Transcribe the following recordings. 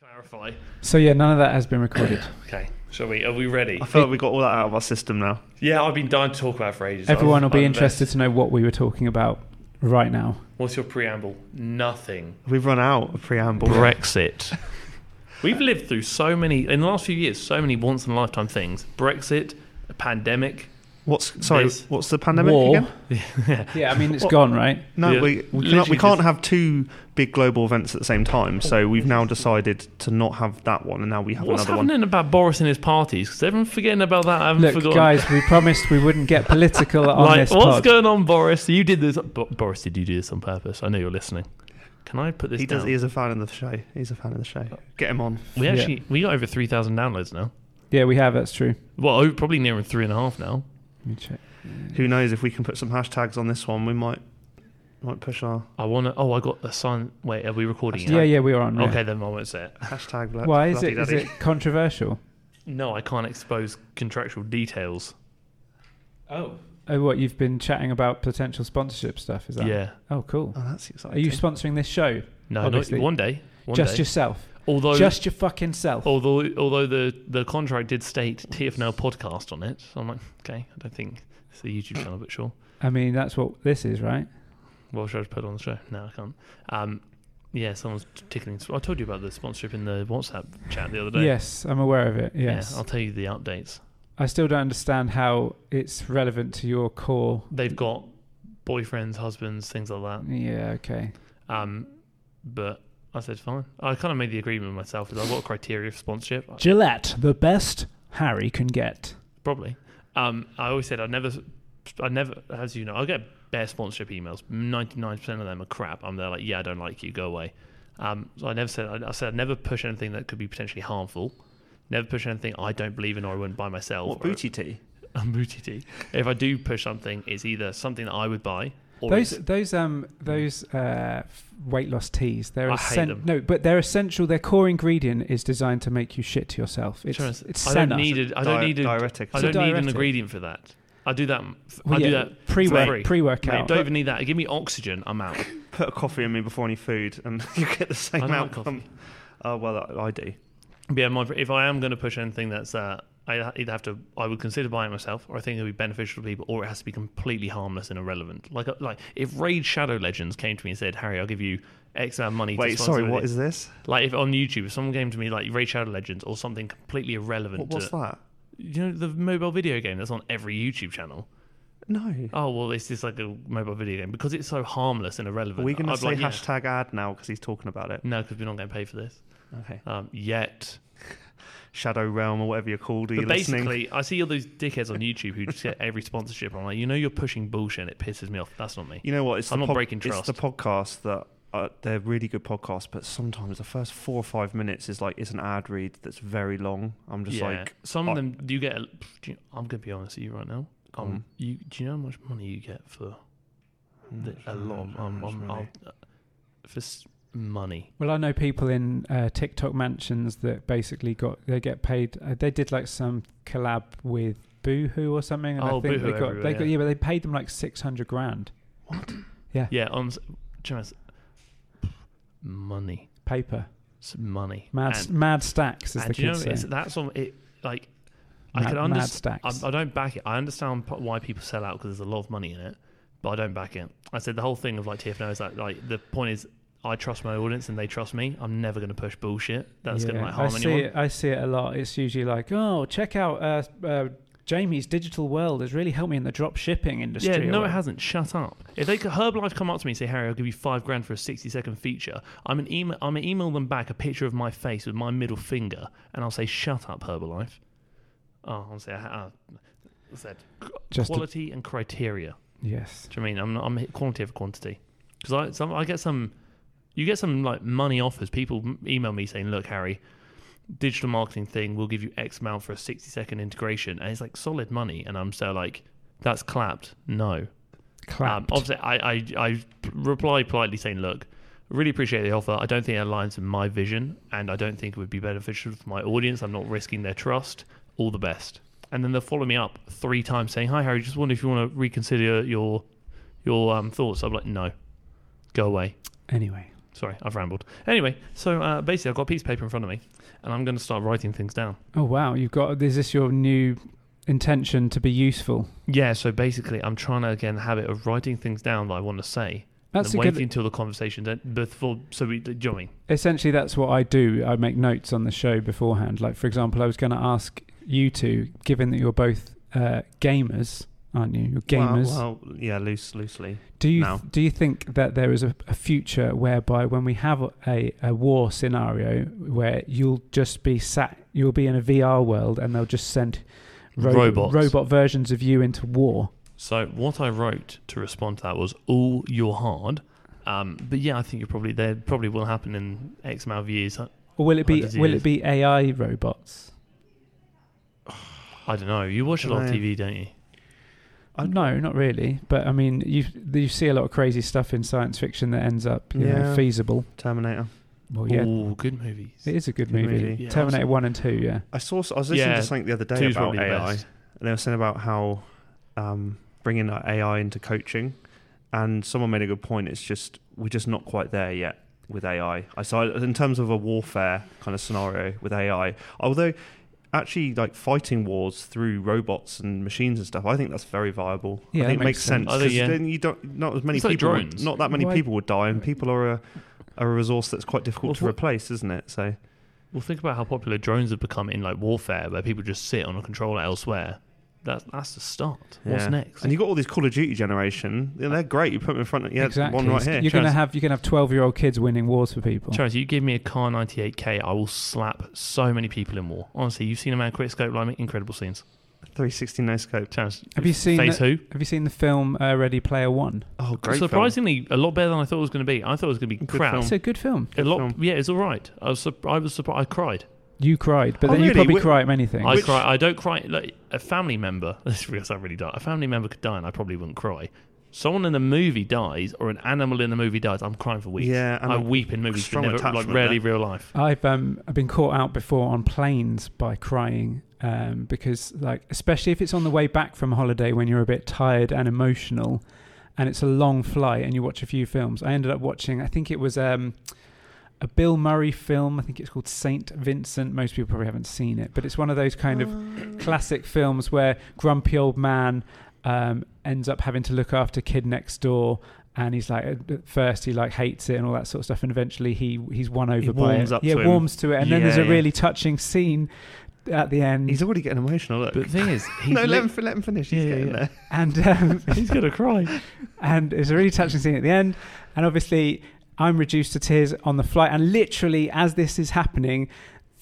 clarify. So yeah, none of that has been recorded. Okay, shall we? Are we ready? I feel like we got all that out of our system now. Yeah, I've been dying to talk about it for ages. Everyone will I've- uh, be I've interested left- to know what we were talking about right now. What's your preamble? Nothing. We've run out of preamble. Brexit. We've lived through so many in the last few years, so many once in a lifetime things. Brexit, a pandemic. What's sorry? This. What's the pandemic War. again? Yeah, I mean it's What- gone, right? No, Yeah. we we, cannot, Literally we can't just- have two big global events at the same time. So we've now decided to not have that one, and now we have What's another happening about Boris and his parties? Because everyone's forgetting about that. I haven't Look, forgotten. guys, we promised we wouldn't get political on like, this what's pod. going on, Boris? You did this. Bo- Boris, did you do this on purpose? I know you're listening. Can I put one. this He does. down? He is a fan of the show. He's a fan of the show. Get him on. we Yeah. actually we got over three thousand downloads now. yeah, we have. That's true. Well, oh, probably nearer three and a half now. Let me check. Who knows if we can put some hashtags on this one? We might might push our I want to. Oh, I got a sign. Wait, are we recording? it? Yeah, yeah, we are on. yeah. Okay, then I won't say it. hashtag. Bla- Why is bloody it? Is daddy. it controversial? No, I can't expose contractual details. Oh. Oh, what you've been chatting about potential sponsorship stuff? Is that? Yeah. Oh, cool. Oh, that's Are exciting. you sponsoring this show? No, not, Obviously. one day. One just day. Oh. yourself. although, just your fucking self. although, although the, the contract did state TF Now podcast on it. So I'm like, okay, I don't think it's a YouTube channel, but sure. I mean, that's what this is, right? What should I put on the show? No, I can't. Um, yeah, someone's tickling. I told you about the sponsorship in the WhatsApp chat the other day. Yes, I'm aware of it. Yes. Yeah, I'll tell you the updates. I still don't understand how it's relevant to your core. They've got boyfriends, husbands, things like that. Yeah, okay. Um, but I said fine. I kind of made the agreement with myself that I've got criteria for sponsorship. Gillette, the best Harry can get. Probably. Um, I always said I never, I never, as you know, I get bare sponsorship emails. Ninety nine percent of them are crap. I'm there like, yeah, I don't like you, go away. Um, so I never said. I, I said I'd never push anything that could be potentially harmful. Never push anything I don't believe in or I wouldn't buy myself. what or- booty tea? booty tea. If I do push something, it's either something that I would buy or Those it's- those um those uh, f- weight loss teas. They're I hate them. essential. No, but they're essential. Their core ingredient is designed to make you shit to yourself. It's Sure, it's- it's I don't senna. need it. I don't Di- need a, diuretic. I It's a don't need an diuretic. ingredient for that. I do that. f- Well, I do yeah, that pre-work- pre-workout. Mate, Don't even need that. Give me oxygen. I'm out. Put a coffee in me before any food, and you get the same I don't like outcome. coffee. Oh well, I, I do. But yeah, my, if I am going to push anything that's, uh, I either have to, I would consider buying it myself, or I think it would be beneficial to people, or it has to be completely harmless and irrelevant. Like, uh, like if Raid Shadow Legends came to me and said, "Harry, I'll give you X amount of money." Wait, to sponsor sorry. it." What is this? Like, if on YouTube, if someone came to me like Raid Shadow Legends or something completely irrelevant, What, what's to, that? You know, the mobile video game that's on every YouTube channel. No. Oh well, it's just like a mobile video game because it's so harmless and irrelevant. Are we going to I'd be say Oh, like, yeah. hashtag ad now because he's talking about it? No, because we're not getting paid for this Okay. um, yet. Shadow Realm or whatever you're called. Are you But listening? basically, I see all those dickheads on YouTube who just get every sponsorship. I'm like, you know, you're pushing bullshit. It pisses me off. That's not me. you know what? It's I'm the not breaking trust. It's the podcast that uh, they're really good podcasts, but sometimes the first four or five minutes is like it's an ad read that's very long. I'm just yeah, like, some I- of them. Do you get? A, pff, do you, I'm gonna be honest with you right now. Go Um, on. you do you know how much money you get for the, a lot? Of, um, That's um, "Mm, really- I'll- uh, for s- money. Well, I know people in uh, TikTok mansions that basically got they get paid. Uh, they did like some collab with Boohoo or something, and Oh, I think Boohoo they got everywhere, they got yeah. yeah, but they paid them like six hundred grand Yeah, um, s- Jonas, money, paper. it's money, Mad And- mad stacks as and the do you know, kids it's, say. that's on it. Like, I Mad, can mad understand. stacks. I don't back it. I understand p- why people sell out because there's a lot of money in it, but I don't back it. I said the whole thing of like TFNO is that like the point is I trust my audience and they trust me. I'm never going to push bullshit that's going to like harm I see anyone. it. I see it a lot. It's usually like, oh, check out uh, uh, Jamie's digital world has really helped me in the drop shipping industry. Yeah, or no, it whatever. hasn't. Shut up. If they could, Herbalife come up to me and say, Harry, I'll give you five grand for a sixty second feature. I'm an email. I'm gonna email them back a picture of my face with my middle finger, and I'll say, shut up, Herbalife. Oh, I'll say, uh, I said Just a- quality and criteria. Yes. Do you mean I'm not, I'm hit quantity over quantity? Because I some I get some, you get some like money offers. People m- email me saying, look, Harry. Digital marketing thing will give you X amount for a 60 second integration, and it's like solid money. And I'm so like, that's clapped. No, um, Clapped. obviously, I, I, I reply politely saying, look, really appreciate the offer. I don't think it aligns with my vision, and I don't think it would be beneficial for my audience. I'm not risking their trust. All the best. And then they'll follow me up three times saying, hi, Harry, just wonder if you want to reconsider your your um, thoughts. I'm like, no, go away. anyway, Sorry, I've rambled. Anyway, so uh, basically, I've got a piece of paper in front of me, and I'm going to start writing things down. Oh wow, you've got is this your new intention to be useful? Yeah, so basically, I'm trying to again habit of writing things down that I want to say, That's and a waiting good. until the conversation then before. So we do you know what I mean? Essentially, that's what I do. I make notes on the show beforehand. Like for example, I was going to ask you two, given that you're both uh, gamers, aren't you? You're gamers. Well, well, yeah, loose, loosely. Do you No. do you think that there is a, a future whereby when we have a, a war scenario where you'll just be sat, you'll be in a VR world, and they'll just send ro- Robots. robot versions of you into war? So what I wrote to respond to that was all you're hard. Um, but yeah, I think you're probably there. Probably will happen in X amount of years. I, Or will it be Hundreds of will years. it be AI robots? I don't know. You watch a lot of Dunno. TV, don't you? I- no, not really. But I mean, you you see a lot of crazy stuff in science fiction that ends up you know, Yeah. feasible. Terminator. Well, yeah, Ooh, good movies. it is a good Good movie. movie. Yeah, Terminator One and Two, yeah. I saw. I was listening Yeah, to something the other day Two's about probably the AI, best. and they were saying about how um, bringing like, AI into coaching, and someone made a good point. It's just we're just not quite there yet with AI. I saw in terms of a warfare kind of scenario with AI, although actually like fighting wars through robots and machines and stuff i think that's very viable Yeah, i think that it makes makes sense sense. I 'cause think, yeah. then you don't not as many It's like people drones. not that many Why- people would die and people are a are a resource that's quite difficult Well, to what- replace isn't it so Well, think about how popular drones have become in like warfare, where people just sit on a controller elsewhere. That's that's the start. What's Yeah. next? And you got all these Call of Duty generation. Yeah, they're great. You put them in front of yeah, exactly. one right here. You're gonna Charles. have you're gonna have twelve year old kids winning wars for people. Charles, you give me a car 98k, I will slap so many people in war. Honestly, you've seen a man quick scope like me, incredible scenes. 360 no scope. Charles, Have you seen face who? Have you seen the film uh, Ready Player One? Oh, great. Surprising. Surprisingly, a lot better than I thought it was going to be. I thought it was going to be Good crap. It's a good film. A lot, film. yeah, it's all right. I was, surp- I was surprised. I cried. You cried, but Oh, then you really? probably Wh- cry at many things. I Which- cry. I don't cry. Like, a family member. This really sound really dark. A family member could die, and I probably wouldn't cry. Someone in a movie dies, or an animal in a movie dies. I'm crying for weeks. Yeah, and I a weep in movies, but strong never, like attachment rarely real life. I've um I've been caught out before on planes by crying um because like especially if it's on the way back from a holiday when you're a bit tired and emotional and it's a long flight and you watch a few films. I ended up watching I think it was um a Bill Murray film. I think it's called Saint Vincent. Most people probably haven't seen it, but it's one of those kind of classic films where grumpy old man um, ends up having to look after kid next door. And he's like, at first he like hates it and all that sort of stuff, and eventually he he's won over by warms it. up yeah, to him. warms to it, and then Yeah, there's a yeah. really touching scene at the end, He's already getting emotional. Look. But the thing is, he's no, lit- let him, fi- let him finish. He's Yeah, yeah, getting yeah. there. and um, he's gonna cry. and it's a really touching scene at the end. And obviously, I'm reduced to tears on the flight. And literally, as this is happening,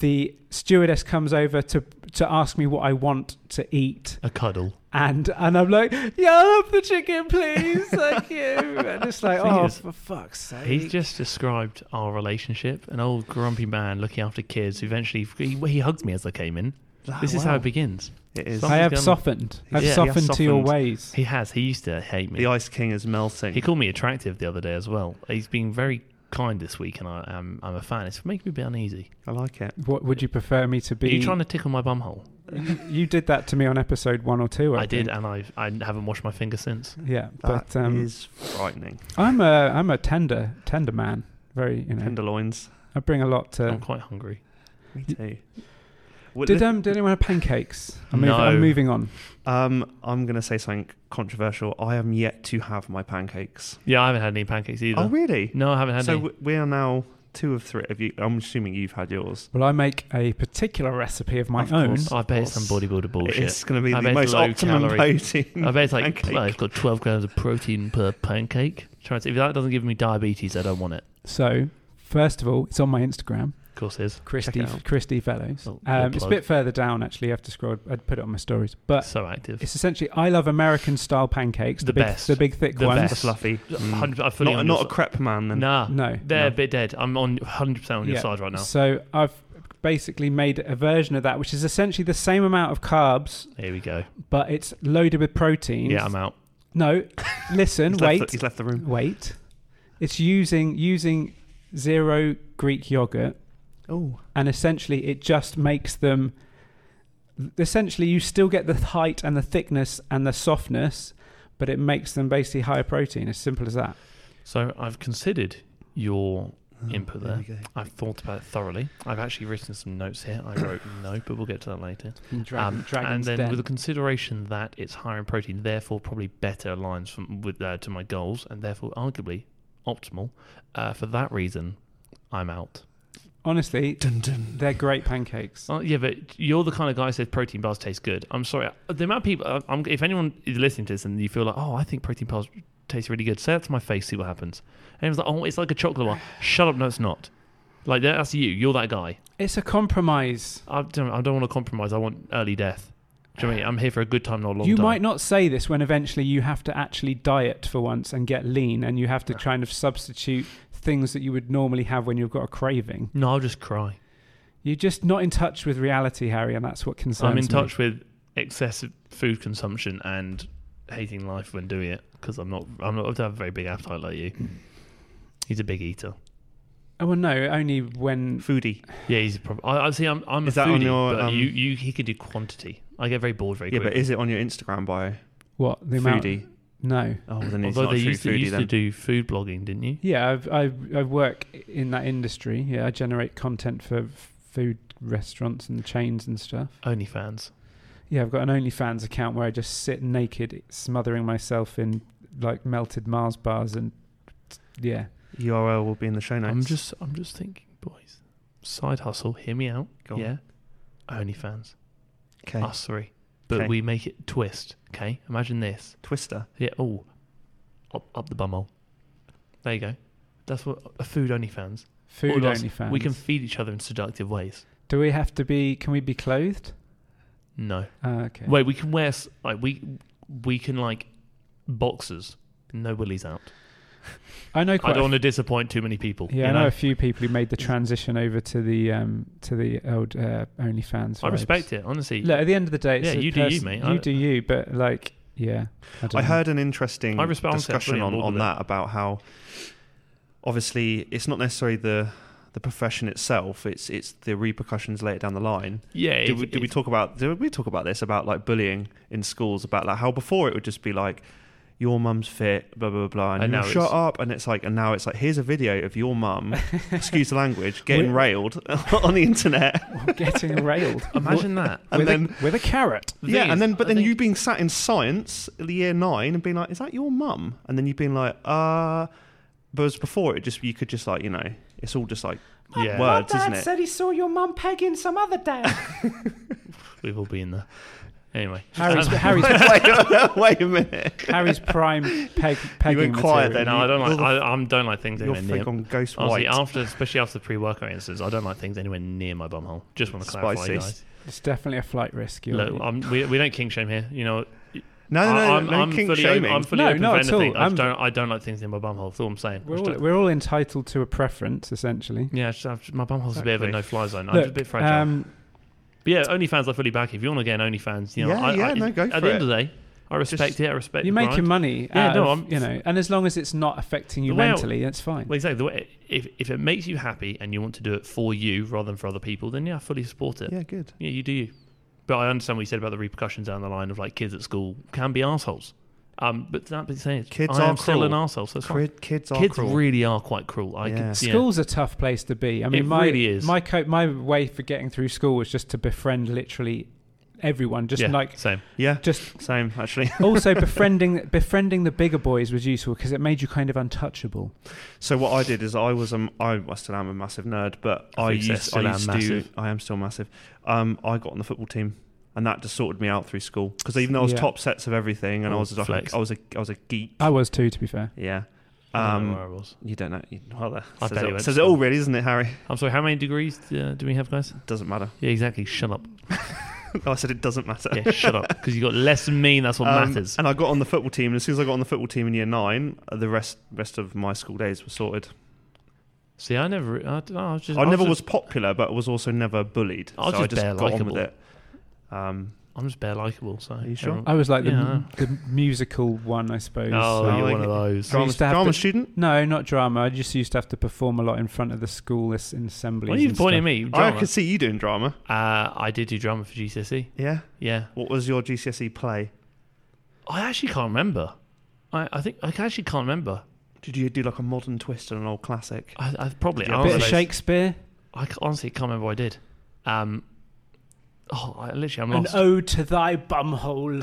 the stewardess comes over to to ask me what I want to eat, A cuddle. and and I'm like, "Yeah, I'll have the chicken, please, thank you." And it's like, Thing "Oh, is, for fuck's sake!" He's just described our relationship. An old grumpy man looking after kids. Who eventually, he, he hugged me as I came in. This is how it begins. it is. I have gone- softened. Yeah, I've he has softened, to your softened. ways. He has. He used to hate me. The Ice King is melting. He called me attractive the other day as well. He's been very kind this week, and I am I'm a fan. It's making me a bit uneasy. I like it. What would you prefer me to Are be? you trying to tickle my bumhole? You- you did that to me on episode one or two. I, I did, think. and I I haven't washed my finger since. Yeah, That is but um, frightening. I'm a I'm a tender tender man. Very you know. Tenderloins. I bring a lot to. I'm quite hungry. Me too. Well, Did li- um did anyone have pancakes? I'm, moving, I'm No. moving on. um, I'm going to say something controversial. I am yet to have my pancakes. Yeah, I haven't had any pancakes either. Oh, really? No, I haven't had so any. w- we are now two of three. Have you, I'm assuming you've had yours. Well, I make a particular recipe of my Of own. course. I bet it's some bodybuilder bullshit. It's going to be I the bet it's most low optimum calorie. protein. I bet it's like pancake. well, it's got 12 grams of protein per pancake. Try to, if that doesn't give me diabetes, I don't want it. So, first of all, it's on my Instagram, Of course, it is. Christy it out. Christy Fellows. Oh, Um, good it's a plug. bit further down actually. I have to scroll. I'd put it on my stories, but so active. it's essentially I love American style pancakes, the, The big, best. the big thick The ones. The best. fluffy. Mm. Hundred- I fully Not, on not a your crepe man then. Nah, No, they're no. bit dead. I'm on 100 percent on your Yeah. side right now. So I've basically made a version of that, which is essentially the same amount of carbs, Here we go. but it's loaded with proteins. Yeah, I'm out. no, listen, He's wait. Left the, he's left the room. Wait. It's using using zero Greek yogurt Oh, and essentially it just makes them essentially you still get the height and the thickness and the softness, but it makes them basically higher protein. As simple as that. So I've considered your input Oh, there Oh, there. we go. I've thought about it thoroughly. I've actually written some notes here. I wrote no, but we'll get to that later. Dragon, Um, and Dragon's then Den. with the consideration that it's higher in protein, therefore probably better aligns from, with uh, to my goals, and therefore arguably optimal. Uh, for that reason, I'm out. Honestly, Dun, dun. they're great pancakes. Oh, yeah, but you're the kind of guy who says protein bars taste good. I'm sorry. uh, The amount of people, I- I'm, if anyone is listening to this and you feel like, oh, I think protein bars taste really good, say that to my face, see what happens. And it's like, oh, it's like a chocolate bar. Shut up, no, it's not. Like, that- that's you. You're that guy. It's a compromise. I don't, I don't want to compromise. I want early death. Do you know what I mean? I'm here for a good time, not a long you time. might not say this when eventually you have to actually diet for once and get lean, and you have to kind of substitute things that you would normally have when you've got a craving. No, I'll just cry. You're just not in touch with reality, Harry, and that's what concerns I'm in me. touch with excessive food consumption and hating life when doing it because I'm not. I'm not. I don't have a very big appetite like you. He's a big eater. Oh well, no, only when Foodie. Yeah, he's. A prob- I, I see. I'm. I'm a Is that on foodie, your, but um, you, you. He can do quantity. I get very bored very Yeah, but quickly. is it on your Instagram bio? what the amount. Foodie. No. Oh, then he's Although not a they true used, to, foodie used then. to do food blogging, didn't you? Yeah, I've, I I work in that industry. Yeah, I generate content for f- food restaurants and chains and stuff. OnlyFans. Yeah, I've got an OnlyFans account where I just sit naked, smothering myself in like melted Mars bars and yeah. URL will be in the show notes. I'm just. I'm just thinking, boys. Side hustle. Hear me out. Go on. yeah. OnlyFans. okay. Us three. But Okay. we make it twist. Okay. Imagine this. Twister. Yeah. Oh, up, up the bumhole. There you go. That's what a food only fans. Food OnlyFans. We can feed each other in seductive ways. Do we have to be? Can we be clothed? No. Ah, okay. Wait. We can wear s- like we we can like boxers. No willies out. I know quite. I a don't want to disappoint too many people. f- yeah, you I know know? a few people who made the transition over to the um to the old uh, OnlyFans. I respect it honestly. Look, at the end of the day, it's Yeah, a you do you, pers- mate. You I- do you, but like, yeah. I, I don't know. heard an interesting I respect- I'm discussion completely on, on board on with that about how obviously it's not necessarily the the profession itself; it's it's the repercussions later down the line. yeah. Did if- we, did we if- talk about did we talk about this about like bullying in schools about like how before it would just be like your mum's fit blah blah blah and, And you're, now shut it's- up and it's like and now it's like here's a video of your mum excuse the language getting railed on the internet getting railed. Imagine that. and with, then a, with a carrot. The yeah thing and is, then but I then think- you being sat in science at the year nine and being like is that your mum and then you being like uh but as before it just you could just like you know it's all just like Yeah. words isn't it he saw your mum pegging some other day. We've all been there. Anyway. Harry's, Um, Harry's, wait, wait a minute Harry's prime peg, pegging went quiet material. then. no, I don't like. You're I, I don't like things you're anywhere near. freak on ghost Honestly, white after especially after the pre-workout instance, I don't like things anywhere near my bumhole. Just want to clarify, Spicy. guys. It's definitely a flight risk. You're Look, I'm, we, we don't king shame here. You know, No, no, no, I, am no I'm kink fully, shaming. I'm fully No, open not for at all. anything. I, just I'm- don't, I don't like things in my bumhole. That's all I'm saying. I we're, just all, don't- we're all entitled to a preference, essentially. yeah, just, I've- my bumhole's a bit of a Exactly. no-fly zone. I'm Look, just a bit fragile. um, but yeah, OnlyFans, I fully back. it. If you want to get an OnlyFans, you know, Yeah, I, yeah, I, no, go At for the it. end of the day, I respect Just- it. I respect. you're the grind. making money. Yeah, out no, of, I'm- you know, and as long as it's not affecting you The way I- mentally, that's fine. Well, exactly. The way, if if it makes you happy and you want to do it for you rather than for other people, then yeah, I fully support it. yeah, good. Yeah, you do you. But I understand what you said about the repercussions down the line of like kids at school can be assholes. Um, but that being said, Kids I am are still an cruel. asshole. So it's fine. Kid, kids are kids cruel. really are quite cruel. I Yeah. can, yeah. School's a tough place to be. I mean, It my really is. my co- my way for getting through school was just to befriend literally everyone. Just Yeah, like same. yeah, just same actually. also befriending befriending the bigger boys was useful because it made you kind of untouchable. So what I did is I was um I, I still am a massive nerd, but I I, think so, used still I am used massive. to I am still massive. Um, I got on the football team, and that just sorted me out through school because even though I was Yeah. top sets of everything, and I Oh, was like, flex. I was a I was a geek. I was too, to be fair. Yeah. I don't know where Um, I was. you don't know. You, well, that I says, bet he it, went says to it all, school. really, doesn't it, Harry? I'm sorry. How many degrees uh, do we have, guys? Doesn't matter. Yeah, exactly. Shut up. I said it doesn't matter. Yeah, shut up. Because you got less than me. And that's what Um, matters. And I got on the football team, and as soon as I got on the football team in year nine, uh, the rest rest of my school days were sorted. See, I never. I, don't know, I was just. I never was just- popular, but was also never bullied. I was so just I bare just got on with likeable. it. Um, I'm just bare likable. So. Are you sure? I was like the, Yeah. the musical one, I suppose. Oh, so- you're like- one of those. I drama, used to have drama to- student. No, not drama. I just used to have to perform a lot in front of the school as- in assemblies. Why are you and pointing at stuff. me? I Drama. could see you doing drama. uh, I did do drama for GCSE. Yeah. E, Yeah. What was your GCSE E play? I actually can't remember. I, I think I actually can't remember. Did you do like a modern twist on an old classic? I, I probably Yeah, answered bit of those. Shakespeare, I ca- honestly can't remember what I did. Um, oh, I, literally, I'm an lost. ode to thy bumhole.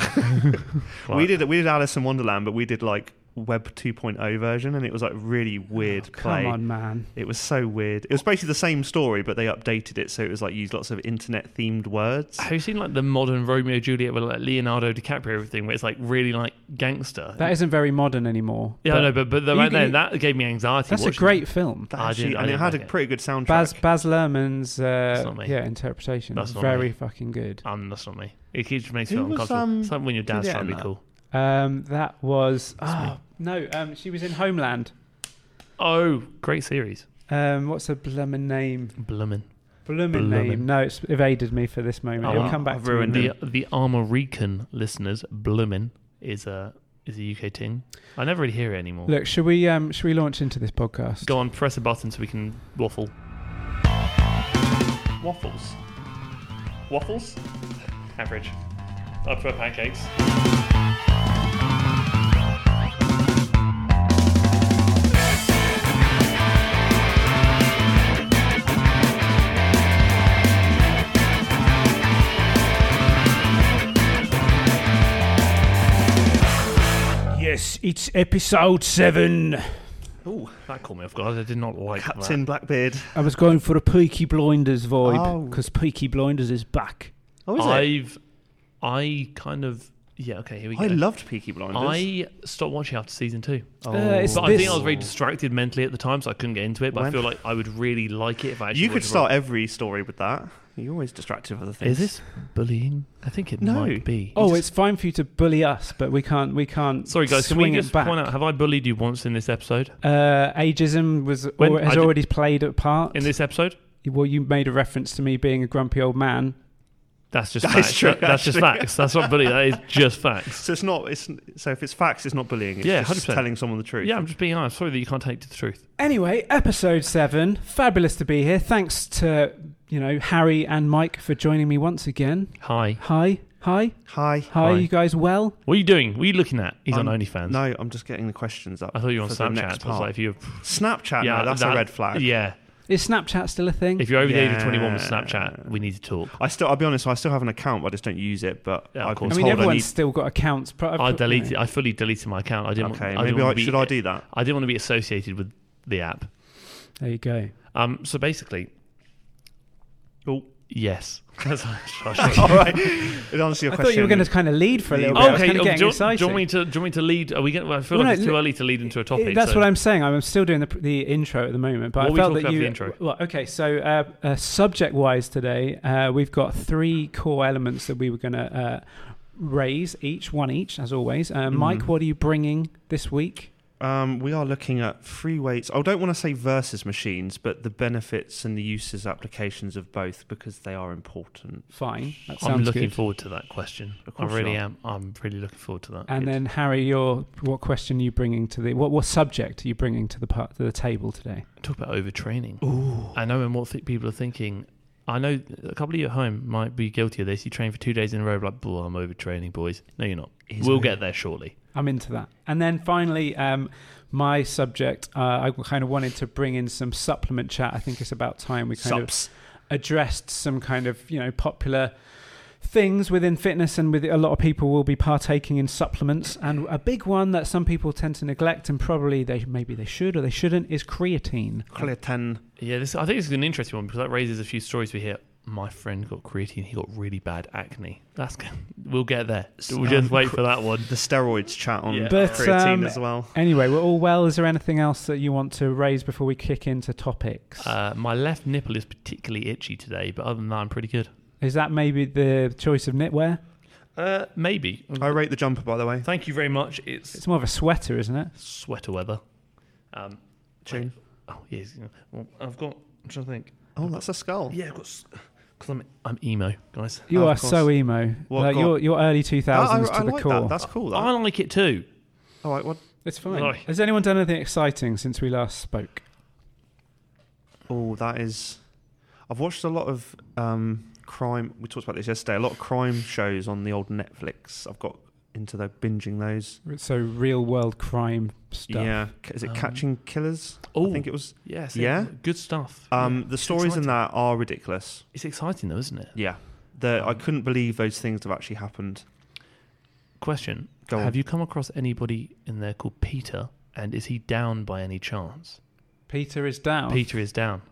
We Right. did we did Alice in Wonderland, but we did like Web 2.0 version, and it was like really Oh, weird play. Oh, Come on, man. It was so weird. It was basically the same story, but they updated it so it was like used lots of internet themed words. Have you seen like the modern Romeo and Juliet with like Leonardo DiCaprio everything where it's like really like gangster? That isn't very modern anymore. yeah, I know, but but the, You right then can- that gave me anxiety. that's a watching great film. That I actually- didn't- I and it didn't had like a it. pretty good soundtrack. Baz Baz Luhrmann's uh, not me. yeah interpretation That's not very me. fucking good. It. Um, that's not me. It keeps makes me Who feel was, uncomfortable. um, Something when your dad's Juliet trying to in be that? cool. Um, that was That's me. oh, no, um, she was in Homeland. Oh, great series. Um, what's her bloomin' name? Bloomin'. Bloomin' Bloomin'. name. No, it's evaded me for this moment. Oh, It'll well, come back. I've to ruined me. The the Armorican listeners, Bloomin' is a is a UK thing. I never really hear it anymore. Look, should we um, should we launch into this podcast? Go on, press a button so we can waffle. Waffles. Waffles? Average. I prefer pancakes. Yes, it's episode seven. Ooh, That caught me off guard. I did not like Captain that. Blackbeard. I was going for a Peaky Blinders vibe Oh. because Peaky Blinders is back. Oh, is it? I've I kind of yeah okay here we go. I loved Peaky Blinders. I stopped watching after season two. Oh. Uh, it's But I This- think I was very distracted mentally at the time, so I couldn't get into it. But I When- feel like I would really like it if I actually. You could watched it. start every story with that. You're always distracted with other things. Is this bullying? I think it No. might be. Oh, it's fine for you to bully us, but we can't. We can't. Sorry, guys. Can swing we just it back. point out? Have I bullied you once in this episode? Uh, ageism was When- or, has I did- already played a part In this episode, Well, you made a reference to me being a grumpy old man. that's just That is facts. true, That- that's just actually. facts. That's not bullying. That is just facts. So it's not. It's so if it's facts, it's not bullying. It's Yeah, just 100%. telling someone the truth. Yeah, I'm just being honest. Sorry that you can't take to the truth. Anyway, episode seven. Fabulous to be here. Thanks to you know Harry and Mike for joining me once again. Hi. Hi, hi, Hi. hi. Hi. You guys well? What are you doing? What are you looking at? He's on I'm- OnlyFans. No, I'm just getting the questions up. I thought you were on for the next Snapchat. I was part. like, if you Snapchat. no, that's that- a red flag. Yeah. Is Snapchat still a thing? If you're over the age of 21 with Yeah. Snapchat, we need to talk. I still. I'll be honest. I still have an account, but I just don't use it. But Yeah, of I've been course. I mean, told I everyone's need. still got accounts. Pro- I deleted. I fully deleted my account. I didn't. want- Okay, I didn't maybe want I, to be, should I do that? I didn't want to be associated with the app. There you go. Um. So basically, Oh, yes. That's what I was trying to all right. It answers your I question. thought you were going to kind of lead for a little bit. say. I was okay. kind of oh, getting do, you- excited. do you want me to? Do you want me to lead? Are we getting? I feel Well, like no, it's too li- early to lead into a It- topic. That's so what I'm saying. I'm still doing the, pr- the intro at the moment, but What I we felt talked that about you. the intro? Well, okay, so uh, uh, subject-wise today, uh, we've got three core elements that we were going to uh, raise each, one each, as always. Uh, Hmm. Mike, Mhm. what are you bringing this week? Um, we are looking at free weights. I don't want to say versus machines, but the benefits and the uses, applications of both, because they are important. Fine, that sounds I'm looking good. forward to that question. Of I course really you are. am. I'm really looking forward to that. and then Harry, your what question are you bringing to the what what subject are you bringing to the part to the table today? Talk about overtraining. I know, and what th- people are thinking. I know a couple of you at home might be guilty of this. You train for two days in a row, like, "Bull, I'm overtraining, boys." No, you're not. Is we'll it? get there shortly. I'm into that. And then finally, um, my subject, uh, I kind of wanted to bring in some supplement chat. I think it's about time we kind of Subs. addressed some kind of you know popular things within fitness and with a lot of people will be partaking in supplements and a big one that some people tend to neglect and probably they maybe they should or they shouldn't is creatine Creatine. Yeah, this I think this is an interesting one because that raises a few stories we hear. My friend got creatine; he got really bad acne. That's g- we'll get there. We'll just wait for that one. The steroids chat on Yeah. But, creatine um, as well. anyway we're all well is there anything else that you want to raise before we kick into topics Uh, my left nipple is particularly itchy today, but other than that, I'm pretty good. is that maybe the choice of knitwear Uh, maybe. I rate the jumper, by the way. Thank you very much. It's, it's more of a sweater isn't it sweater weather. Um, Tune. oh yes. Well, I've got. I'm trying to think. Oh, that's a skull. Yeah, I've got. Because I'm I'm emo, guys. you Of are so course. emo What like got- you're, you're early That- 2000s I, to I the like core that. That's cool. That. I like it too. All right. What? it's fine Sorry. has anyone done anything exciting since we last spoke Oh, that is. I've watched a lot of um, crime. We talked about this yesterday. A lot of crime shows on the old Netflix. I've got into the binging those. So real world crime stuff. Yeah, is it Um, catching killers? I Oh, think it was. yes, Yeah? good stuff. Um, Yeah. The It's stories in exciting. that are ridiculous. It's exciting though, isn't it? Yeah, the, I Um, couldn't believe those things have actually happened. Question: Go on. Have you come across anybody in there called Peter? And is he down by any chance? Peter is down. Peter is down.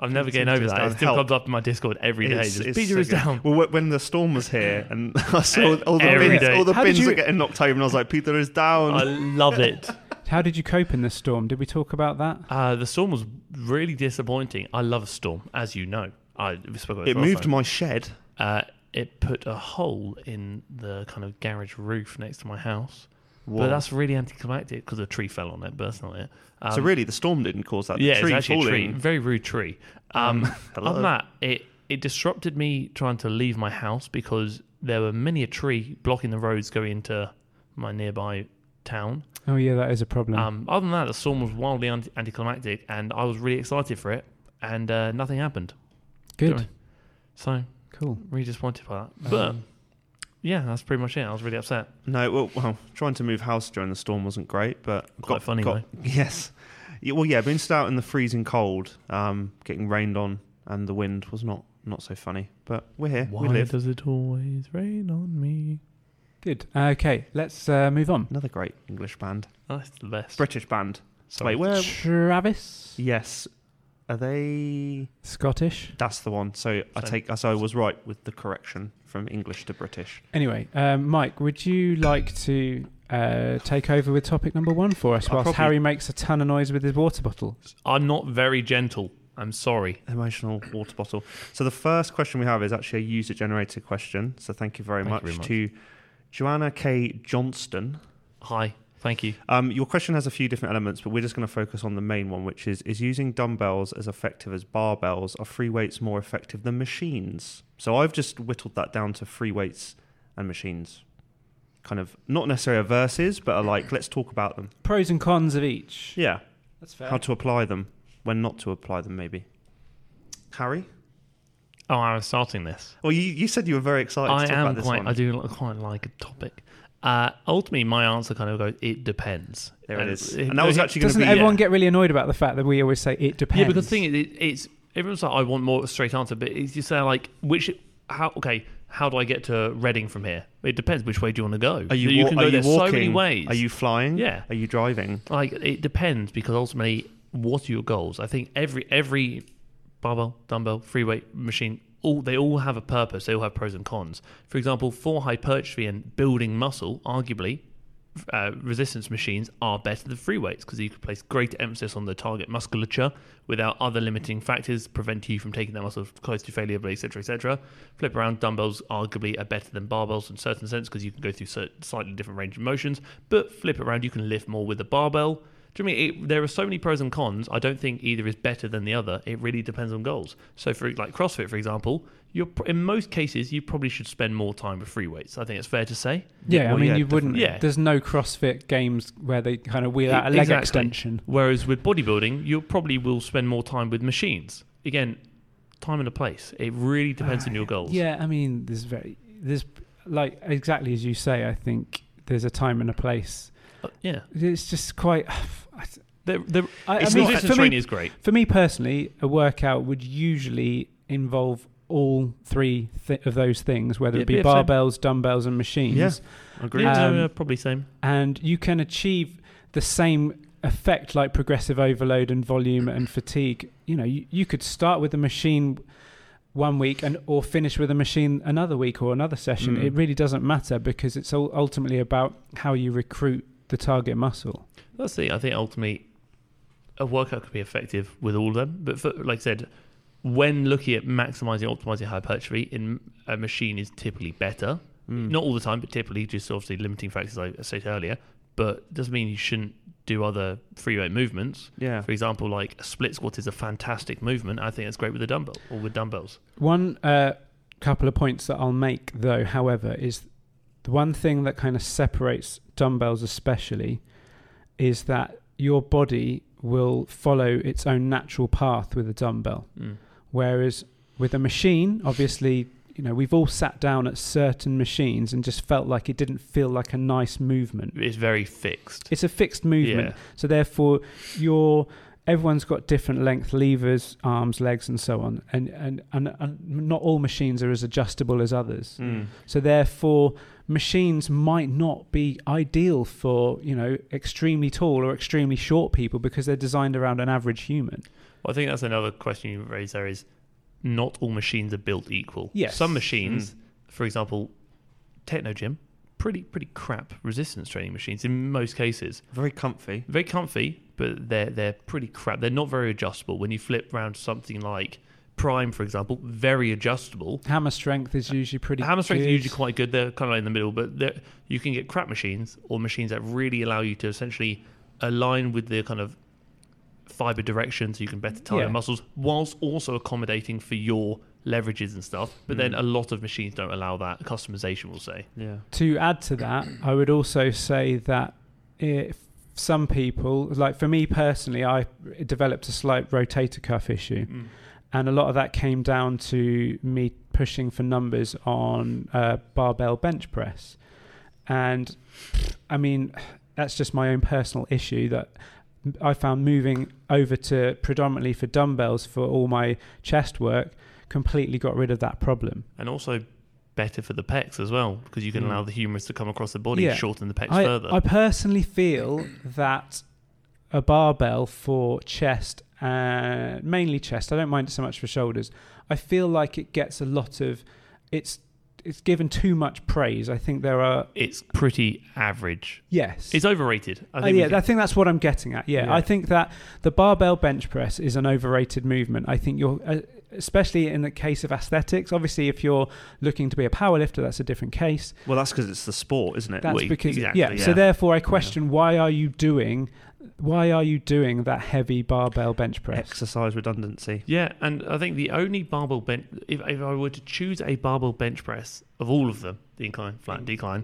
I'm never Peter getting over is that. down. It still Help. comes up in my Discord every day. It's- just, it's Peter so is good. down. E-, Well, wh- when the storm was here, and I saw all the Every bins, day. all the How did bins you- are getting knocked over, and I was like, Peter is down. I love it. How did you cope in this storm? Did we talk about that? Uh, the storm was really disappointing. I love a storm, as you know. I we spoke about it this last moved time. my shed. Uh, it put a hole in the kind of garage roof next to my house. Whoa. But that's really anticlimactic because a tree fell on it, but that's not it. Um, so really, the storm didn't cause that. The yeah, it's tree actually falling. a tree. Very rude tree. Um, hello. other than that, it, it disrupted me trying to leave my house because there were many a tree blocking the roads going into my nearby town. Oh yeah, that is a problem. Um, other than that, the storm was wildly anti- anticlimactic, and I was really excited for it, and uh, nothing happened. Good. So Cool. really disappointed by that. But Um, yeah, that's pretty much it. I was really upset. No, well, well, trying to move house during the storm wasn't great, but Quite funny, Yes, Yeah, well, yeah, being stood out in the freezing cold, um, getting rained on, and the wind was not not so funny. But we're here, we live. does it always rain on me? Good. okay, let's uh, move on. Another great English band, That's the best. British band. Sorry. Wait, where? Travis, Yes, are they? Scottish. That's the one. So I So- take. So I was right with the correction from English to British. Anyway, um, Mike, would you like to uh, take over with topic number one for us I'll whilst probably- Harry makes a ton of noise with his water bottle? I'm not very gentle. I'm sorry. emotional water bottle. So the first question we have is actually a user generated question. So thank you very, Thank much, you very much. to Joanna K Johnston. Hi. Thank you. Um, your question has a few different elements, but we're just going to focus on the main one, which is: Is using dumbbells as effective as barbells? Are free weights more effective than machines? So I've just whittled that down to free weights and machines, kind of not necessarily a versus, but a like let's talk about them. Pros and cons of each. Yeah, That's fair. how to apply them, when not to apply them, maybe. Harry, Oh, I was starting this. well, you, you said you were very excited. to I talk am about this quite. one. I do li- quite like a topic. Uh, ultimately, my answer kind of goes. It depends. There it And is. And that was actually gonna Doesn't be- everyone yeah. get really annoyed about the fact that we always say it depends? Yeah, because the thing is, it, it's everyone's like, I want more of a straight answer, but it's just uh, like which how okay. How do I get to Reading from here? It depends which way do you want to go. Are you, you wa- can are go you there walking? so many ways. Are you flying? Yeah. Are you driving? like it depends because ultimately, what are your goals? I think every every barbell, dumbbell, free weight machine, all they all have a purpose. They all have pros and cons. For example, for hypertrophy and building muscle, arguably, uh, resistance machines are better than free weights because you can place greater emphasis on the target musculature without other limiting factors preventing you from taking that muscle close to failure, etc., etc. Flip around, dumbbells arguably are better than barbells in certain sense because you can go through cer- slightly different range of motions. But flip around, you can lift more with a barbell. Do you know what I mean it, there are so many pros and cons? I don't think either is better than the other. It really depends on goals. So for like CrossFit, for example, you're pr- in most cases you probably should spend more time with free weights. I think it's fair to say. Yeah, I Well, mean, yeah, you wouldn't. definitely. Yeah. There's no CrossFit games where they kind of wheel out a E-, leg E- Exactly. extension. Whereas with bodybuilding, you probably will spend more time with machines. Again, time and a place. It really depends on your goals. Yeah, I mean, there's very there's like exactly as you say. I think there's a time and a place. Uh, yeah. It's just quite. They're, they're, I, I it's mean, resistance for me, training is great. for me personally, a workout would usually involve all three th- of those things, whether Yeah, it be BFM. barbells, dumbbells, and machines. Yeah. Agreed. Yeah, Um, no, no, probably same. and you can achieve the same effect like progressive overload and volume and fatigue you know you, you could start with a machine one week and or finish with a machine another week or another session Mm. it really doesn't matter because it's all ultimately about how you recruit the target muscle That's the. I think ultimately, a workout could be effective with all of them. But for, like I said, when looking at maximizing, optimizing hypertrophy, in a machine is typically better. Mm. Not all the time, but typically, just obviously limiting factors I stated earlier. But doesn't mean you shouldn't do other free weight movements. Yeah. For example, like a split squat is a fantastic movement. I think it's great with a dumbbell or with dumbbells. One uh, couple of points that I'll make, though, however, is the one thing that kind of separates dumbbells, especially, is that your body will follow its own natural path with a dumbbell. Whereas with a machine, obviously, you know, we've all sat down at certain machines and just felt like it didn't feel like a nice movement. It's very fixed. It's a fixed movement. So therefore, your everyone's got different length levers, arms, legs, and so on, and and and, and not all machines are as adjustable as others. Mm. So therefore, machines might not be ideal for you know extremely tall or extremely short people because they're designed around an average human. Well, I think that's another question you raised there is not all machines are built equal. Yes. Some machines, for example, Technogym, pretty pretty crap resistance training machines in most cases. Very comfy. Very comfy, but they're they're pretty crap. They're not very adjustable. When you flip round to something like Prime, for example, very adjustable. Hammer strength is usually pretty. Hammer strength good. are usually quite good. They're kind of like in the middle, but they're- you can get crap machines or machines that really allow you to essentially align with the kind of fiber direction so you can better tie Yeah. your muscles whilst also accommodating for your leverages and stuff. But Mm. then a lot of machines don't allow that. Customization will say. Yeah. to add to that, I would also say that if some people, like for me personally, I developed a slight rotator cuff issue, and a lot of that came down to me pushing for numbers on uh, barbell bench press. And I mean, that's just my own personal issue that I found moving over to predominantly for dumbbells for all my chest work completely got rid of that problem. And also better for the pecs as well because you can Mm. allow the humerus to come across the body, Yeah. shorten the pecs I, further. I personally feel that a barbell for chest and mainly chest. I don't mind it so much for shoulders. I feel like it gets a lot of it's it's given too much praise. I think there are it's pretty average. yes. It's overrated. I Oh, think we yeah, can- I think that's what I'm getting at. Yeah, Yeah. I think that the barbell bench press is an overrated movement. I think you're, uh, especially in the case of aesthetics. Obviously, if you're looking to be a powerlifter, that's a different case. Well, that's because it's the sport, isn't it? That's week. because Exactly, yeah. So yeah. therefore, I question why are you doing, why are you doing that heavy barbell bench press? Exercise redundancy. Yeah, and I think the only barbell bench, if, if I were to choose a barbell bench press of all of them, the incline, Mm, flat, decline,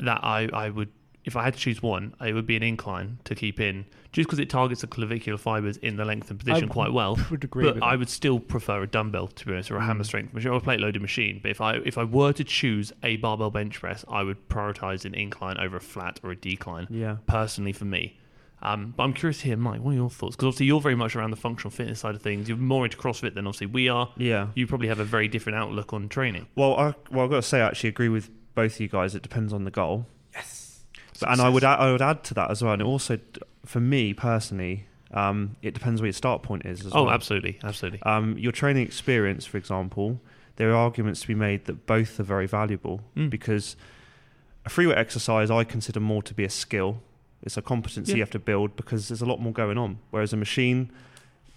that I, I would, if I had to choose one, it would be an incline to keep in, just because it targets the clavicular fibers in the length and position I quite well. would agree But with I that. Mm. would still prefer a dumbbell, to be honest, or a hammer strength machine, or a plate loaded machine. But if I if I were to choose a barbell bench press, I would prioritize an incline over a flat or a decline Yeah. personally for me. Um, but I'm curious to hear, Mike, what are your thoughts? Because obviously you're very much around the functional fitness side of things. You're more into CrossFit than obviously we are. Yeah. You probably have a very different outlook on training. Well, I well, I've got to say, I actually agree with both of you guys. It depends on the goal. Yes. But, and I would add, I would add to that as well. And it also, d- for me personally, um, it depends where your start point is. As Oh, well. absolutely, absolutely. Um, your training experience, for example, there are arguments to be made that both are very valuable Mm. because a free weight exercise I consider more to be a skill. It's a competency Yeah. you have to build because there's a lot more going on. Whereas a machine,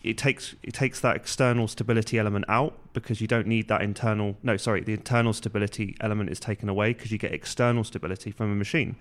it takes it takes that external stability element out because you don't need that internal. No, sorry, the internal stability element is taken away because you get external stability from a machine.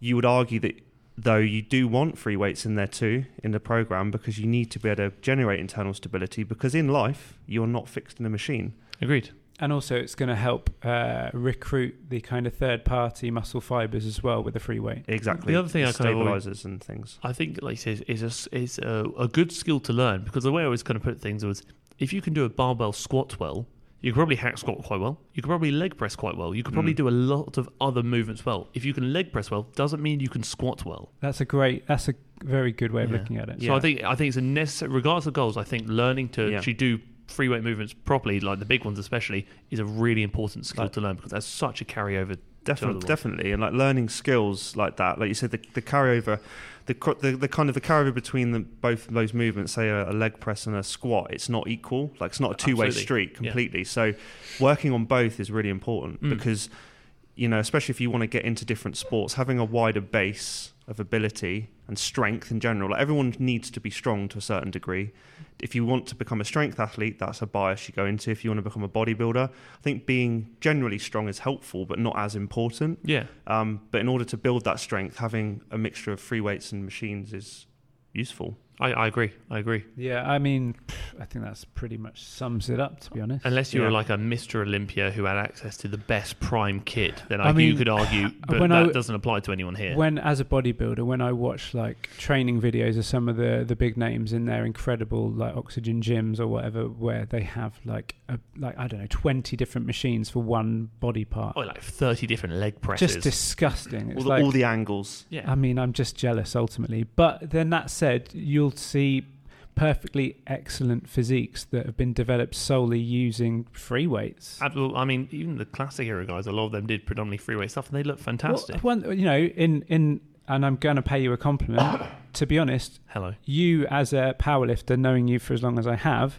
You would argue that though you do want free weights in there too in the program because you need to be able to generate internal stability because in life you're not fixed in a machine. Agreed. And also, it's going to help uh, recruit the kind of third party muscle fibers as well with the free weight. Exactly. The other thing I kind of always- stabilizers and things. I think, like you said, is a, is a, a good skill to learn because the way I always kind of put things was if you can do a barbell squat well, you could probably hack squat quite well. You could probably leg press quite well. You could probably Mm. do a lot of other movements well. If you can leg press well, doesn't mean you can squat well. That's a great. That's a very good way of Yeah. looking at it. So I think I think it's a necessary, regardless of goals. I think learning to Yeah. actually do free weight movements properly, like the big ones especially, is a really important skill Like- to learn because that's such a carryover. Definitely, Totally. definitely, and like learning skills like that, like you said, the, the carryover, the, cr- the the kind of the carryover between the, both of those movements, say a, a leg press and a squat, it's not equal. Like it's not a two way Absolutely. street Yeah. completely. So, working on both is really important Mm. because you know, especially if you want to get into different sports, having a wider base of ability and strength in general. Like everyone needs to be strong to a certain degree. If you want to become a strength athlete, that's a bias you go into. If you want to become a bodybuilder, I think being generally strong is helpful, but not as important. Yeah, Um, but in order to build that strength, having a mixture of free weights and machines is useful. I, I agree. I agree. Yeah, I mean, pff, I think that's pretty much sums it up, to be honest. Unless you were Yeah. like a Mr. Olympia who had access to the best prime kit, then I, I you mean, could argue, but when that I w- doesn't apply to anyone here. When, as a bodybuilder, when I watch like training videos of some of the the big names in their incredible like oxygen gyms or whatever, where they have like a, like I don't know twenty different machines for one body part, oh, like 30 different leg presses. just um, disgusting. It's All the, like, all the angles. yeah. I mean, I'm just jealous ultimately. But then that said, you'll see perfectly excellent physiques that have been developed solely using free weights. Absol- I mean, even the classic era guys, a lot of them did predominantly freeway stuff, and they look fantastic. Well, one, you know, in in and I'm going to pay you a compliment. to be honest, Hello. you as a powerlifter, knowing you for as long as I have,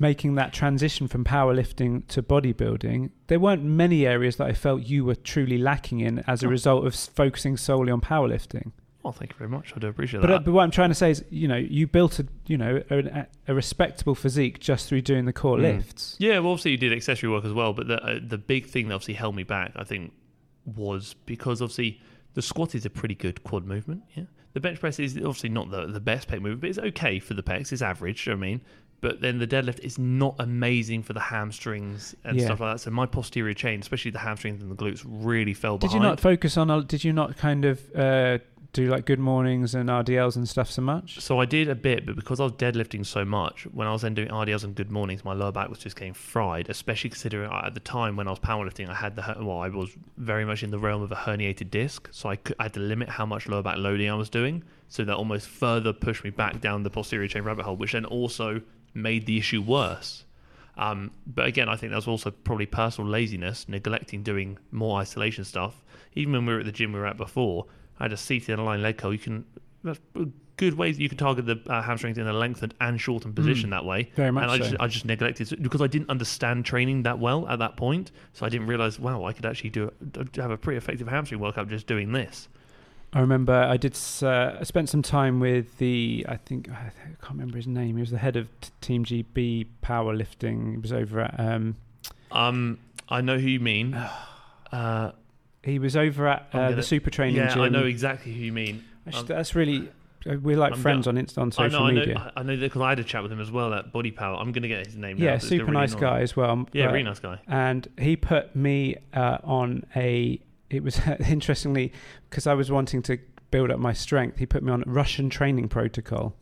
making that transition from powerlifting to bodybuilding, there weren't many areas that I felt you were truly lacking in as a Oh. result of s- focusing solely on powerlifting. Well, thank you very much. I do appreciate But, uh, that. but what I'm trying to say is, you know, you built a you know a, a respectable physique just through doing the core Mm. lifts. yeah, well, obviously you did accessory work as well, but the uh, the big thing that obviously held me back, I think, was because obviously the squat is a pretty good quad movement. Yeah, the bench press is obviously not the the best pec movement, but it's okay for the pecs. It's average. you know what I mean. But then the deadlift is not amazing for the hamstrings and Yeah. stuff like that. So my posterior chain, especially the hamstrings and the glutes, really fell Did behind. you not focus on? uh, Did you not kind of uh, do like good mornings and RDLs and stuff so much? So I did a bit, but because I was deadlifting so much, when I was then doing RDLs and good mornings, my lower back was just getting fried. Especially considering I, at the time when I was powerlifting, I had the her- well, I was very much in the realm of a herniated disc, so I, could, I had to limit how much lower back loading I was doing, so that almost further pushed me back down the posterior chain rabbit hole, which then also made the issue worse. Um, but again, I think that was also probably personal laziness, neglecting doing more isolation stuff. Even when we were at the gym we were at before, I had a seated and aligned leg curl. You can that's a good ways that you can target the uh, hamstrings in a lengthened and shortened position that way. Very Hmm. much And I so. just, I just neglected it because I didn't understand training that well at that point, so I didn't realize wow I could actually do have a pretty effective hamstring workout just doing this. I remember I did. s- Uh, I spent some time with the. I think I th- I can't remember his name. He was the head of t- Team GB powerlifting. He was over at. Um, Um, I know who you mean. Uh, he was over at I'm uh, gonna- the Super Training yeah, Gym. I know exactly who you mean. I should- that's really. uh, We're like I'm friends on Insta on I social know, I know, media. I I know that because I had a chat with him as well at Body Power. I'm going to get his name. now, yeah, but it's a super really nice annoying- guy as well. Yeah, but- really nice guy. and he put me uh, on a. It was interestingly because I was wanting to build up my strength. He put me on Russian training protocol.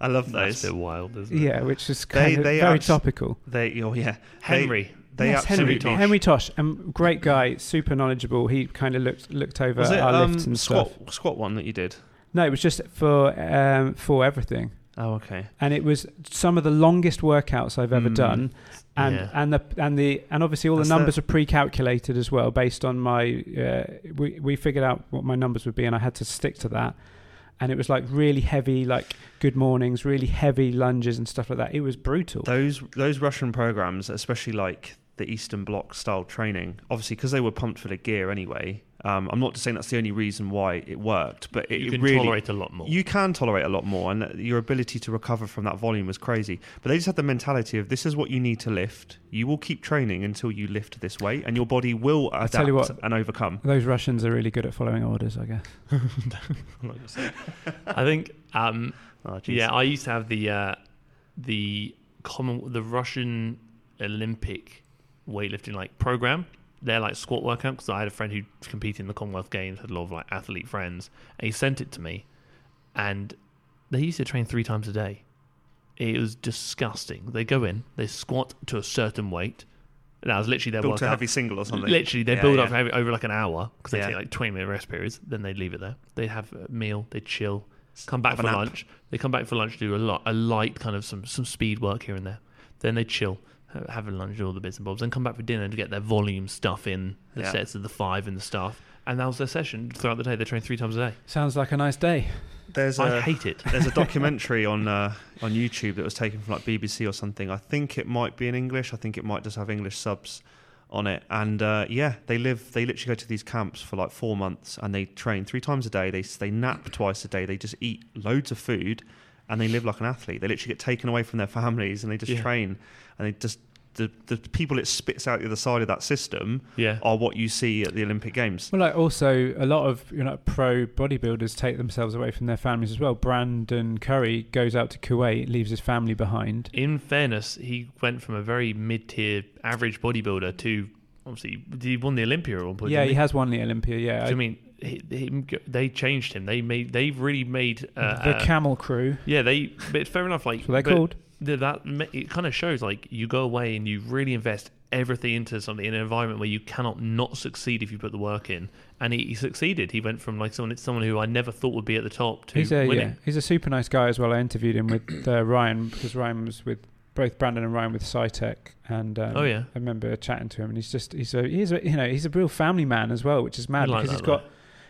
I love That's those. a bit wild, isn't it? Yeah, which is kind They- of they very abs- topical. They, oh yeah, They- Henry. They yes, Henry absolutely. Tosh. Henry Tosh, um, great guy, super knowledgeable. He kind of looked looked over was it our um, lifts and squat stuff. squat one that you did? No, it was just for um, for everything, Oh okay. and it was some of the longest workouts I've ever Mm. done. And Yeah. and the and the and obviously all That's the numbers are pre-calculated as well, based on my uh, we we figured out what my numbers would be, and I had to stick to that. And it was like really heavy, like good mornings, really heavy lunges and stuff like that. It was brutal. Those those Russian programs, especially like the Eastern Bloc style training, obviously because they were pumped full of gear anyway. Um, I'm not saying that's the only reason why it worked, but it, you it can really tolerate a lot more. you can tolerate a lot more, and your ability to recover from that volume was crazy. But they just had the mentality of this is what you need to lift. You will keep training until you lift this weight, and your body will adapt tell you and overcome. Those Russians are really good at following orders, I guess. I'm not gonna say. I think um, Oh, jeez. yeah, I used to have the uh, the common the Russian Olympic weightlifting like program. Their like squat workout because I had a friend who competed in the Commonwealth Games had a lot of like athlete friends. And he sent it to me, and they used to train three times a day. It was disgusting. They go in, they squat to a certain weight. And That was literally their built workout. a heavy single or something. Literally, they Yeah, build yeah. up over, over like an hour because they Yeah. take like 20 minute rest periods. Then they leave it there. They have a meal, they chill, come back Have for a nap. lunch. They come back for lunch, do a lot, a light kind of some, some speed work here and there. Then they chill, ha- have a lunch, do all the bits and bobs, then come back for dinner to get their volume stuff in, the Yeah. sets of the five and the stuff. And that was their session throughout the day. They train three times a day. Sounds like a nice day. There's I a hate it. there's a documentary on uh, on YouTube that was taken from like BBC or something. I think it might be in English. I think it might just have English subs on it. And uh, yeah, they live. They literally go to these camps for like four months, and they train three times a day. They they nap twice a day. They just eat loads of food, and they live like an athlete. They literally get taken away from their families, and they just Yeah. train, and they just the, the people it spits out the other side of that system Yeah. are what you see at the Olympic Games. Well, like also a lot of you know pro bodybuilders take themselves away from their families as well. Brandon Curry goes out to Kuwait, leaves his family behind. In fairness, he went from a very mid-tier average bodybuilder to obviously he won the Olympia at one point. yeah, didn't he has won the Olympia. Yeah, Do you mean he, him go- they changed him? They made they've really made uh, the uh, Camel Crew. yeah they. But it's fair enough. Like That's what they're but called. th- that ma- it kind of shows like you go away and you really invest everything into something in an environment where you cannot not succeed if you put the work in. And he, he succeeded. He went from like someone it's someone who I never thought would be at the top to He's a yeah, winning. he's a super nice guy as well. I interviewed him with uh, Ryan because Ryan was with both Brandon and Ryan with SciTech, and um, Oh, yeah. I remember chatting to him, and he's just he's a he's a you know he's a real family man as well, which is mad I like because he's that, got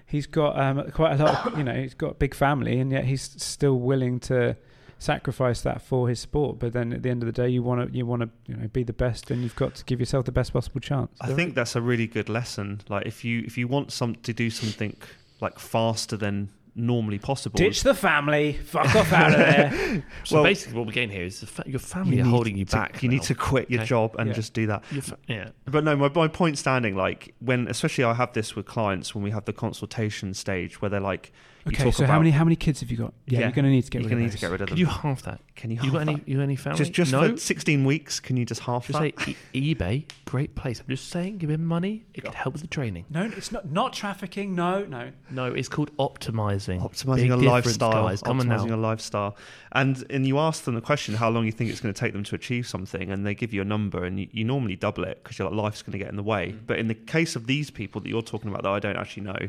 he's got um, quite a lot of, you know he's got a big family, and yet he's still willing to sacrifice that for his sport. But then at the end of the day, you want to you want to you know be the best, and you've got to give yourself the best possible chance. I think that's a really good lesson. Like if you if you want some to do something like faster than normally possible, Ditch the family, fuck off out of there. So well- basically, what we're getting here is the fa- your family are need holding you to- back. You now. need to quit your Okay. job and Yeah. just do that. Your fa- yeah. But no, my, my point standing, like when especially I have this with clients when we have the consultation stage where they're like, you Okay, talk so about, how many how many kids have you got? Yeah, Yeah. you're going to need to get rid of you're gonna need those. to get rid of Can them. you half that? Can you You got half any? that? You got any family? Just just no. for sixteen weeks, can you just half Just that? say e- eBay, great place. I'm just saying, give him money. It could help with the training. No, it's not not trafficking. No, no. No, it's called optimizing. optimizing Big your difference, lifestyle, guys. Come on optimizing now. your lifestyle, and and you ask them the question how long you think it's going to take them to achieve something, and they give you a number, and you, you normally double it because you're like life's going to get in the way. Mm. But in the case of these people that you're talking about, that I don't actually know,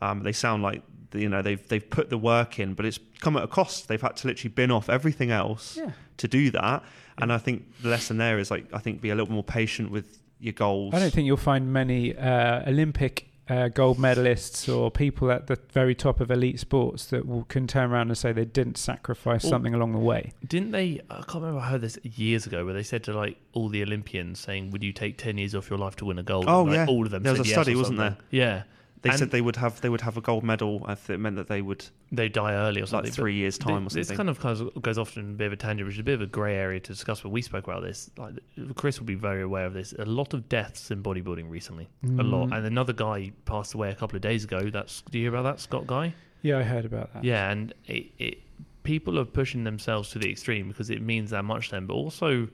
um, they sound like you know they've they've put the work in, but it's come at a cost. They've had to literally bin off everything else Yeah. to do that, and I think the lesson there is like I think be a little more patient with your goals. I don't think you'll find many uh, Olympic uh, gold medalists or people at the very top of elite sports that will, can turn around and say they didn't sacrifice Well- something along the way. Didn't they? I can't remember. I heard this years ago where they said to like all the Olympians saying, "Would you take ten years off your life to win a gold?" Oh, And, like, yeah. all of them. There was said a yes study, or wasn't something. Yeah, they and said they would have they would have a gold medal if it meant that they would they die early or something. like but- three years time or Th- something. This kind of kind of goes off in a bit of a tangent, which is a bit of a grey area to discuss. But we spoke about this. Like Chris will be very aware of this. A lot of deaths in bodybuilding recently. Mm. A lot. And another guy passed away a couple of days ago. That's do you hear about that Scott guy? Yeah, I heard about that. Yeah, and it, it people are pushing themselves to the extreme because it means that much to them. But also,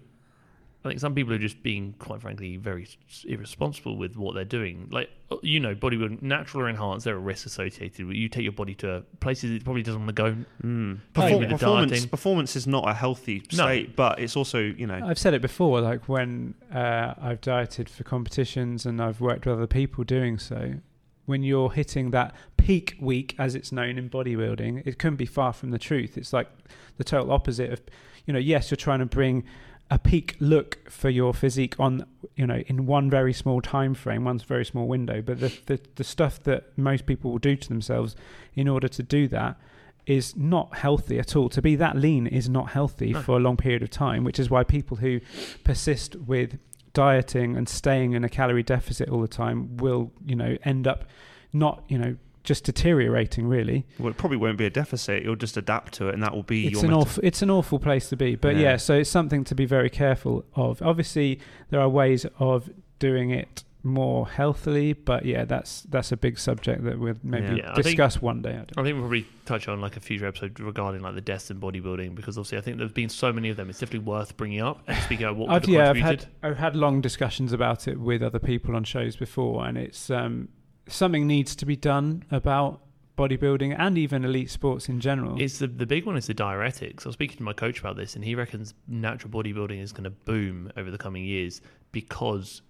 I think some people are just being, quite frankly, very s- irresponsible with what they're doing. Like uh, you know, bodybuilding, natural or enhanced, there are risks associated. with it. You take your body to places it probably doesn't want to go. Mm. Probably Perform- with the performance, dieting. performance is not a healthy No. state, but it's also, you know, I've said it before, like when uh, I've dieted for competitions and I've worked with other people doing so. When you're hitting that peak week, as it's known in bodybuilding, it couldn't be far from the truth. It's like the total opposite of, you know, yes, you're trying to bring a peak look for your physique on, you know, in one very small time frame, one very small window. But the, the, the stuff that most people will do to themselves in order to do that is not healthy at all. To be that lean is not healthy No. for a long period of time, which is why people who persist with dieting and staying in a calorie deficit all the time will, you know, end up not, you know, just deteriorating really. well, it probably won't be a deficit. You'll just adapt to it, and that will be It's your. an meta- awful it's an awful place to be. But yeah. Yeah. so it's something to be very careful of. Obviously there are ways of doing it more healthily, but yeah, that's that's a big subject that we'll Yeah. maybe Yeah, I think- discuss one day. I don't I think we'll probably touch on like a future episode regarding like the deaths in bodybuilding because obviously I think there's been so many of them. It's definitely worth bringing up and speaking about what I've, could have Uh, yeah, I've had contributed. I've had long discussions about it with other people on shows before, and it's um, something needs to be done about bodybuilding and even elite sports in general. It's the the big one is the diuretics. I was speaking to my coach about this, and he reckons natural bodybuilding is going to boom over the coming years because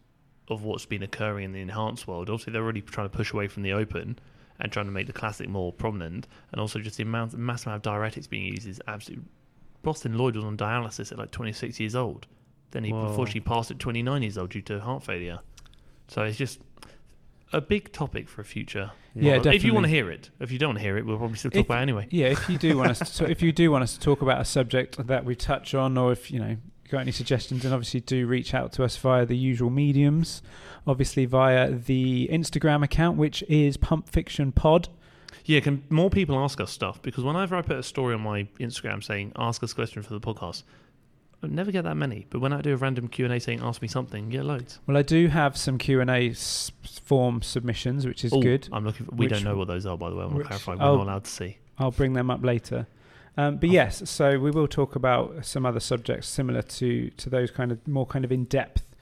of what's been occurring in the enhanced world. Obviously, they're already trying to push away from the open and trying to make the classic more prominent, and also just the amount, mass amount of diuretics being used is absolute. Boston Lloyd was on dialysis at like 26 years old. Then he Whoa. unfortunately passed at 29 years old due to heart failure. So it's just a big topic for a future. Well, Yeah, If you definitely. want to hear it, if you don't want to hear it, we'll probably still talk If- about it anyway. yeah, if you do want us, to, so if you do want us to talk about a subject that we touch on, or if you know you got any suggestions, then obviously do reach out to us via the usual mediums, obviously via the Instagram account, which is Pump Fiction Pod. Yeah, can more people ask us stuff? Because whenever I put a story on my Instagram saying ask us a question for the podcast, I never get that many, but when I do a random Q and A saying "Ask me something," get loads. Well, I do have some Q and A s- form submissions, which is Oh, good. I'm looking. For, we Which- don't know what those are, by the way. I want to which- clarify. We're oh. not allowed to see. I'll bring them up later. Um, but Okay. yes, so we will talk about some other subjects similar to to those kind of more kind of in depth,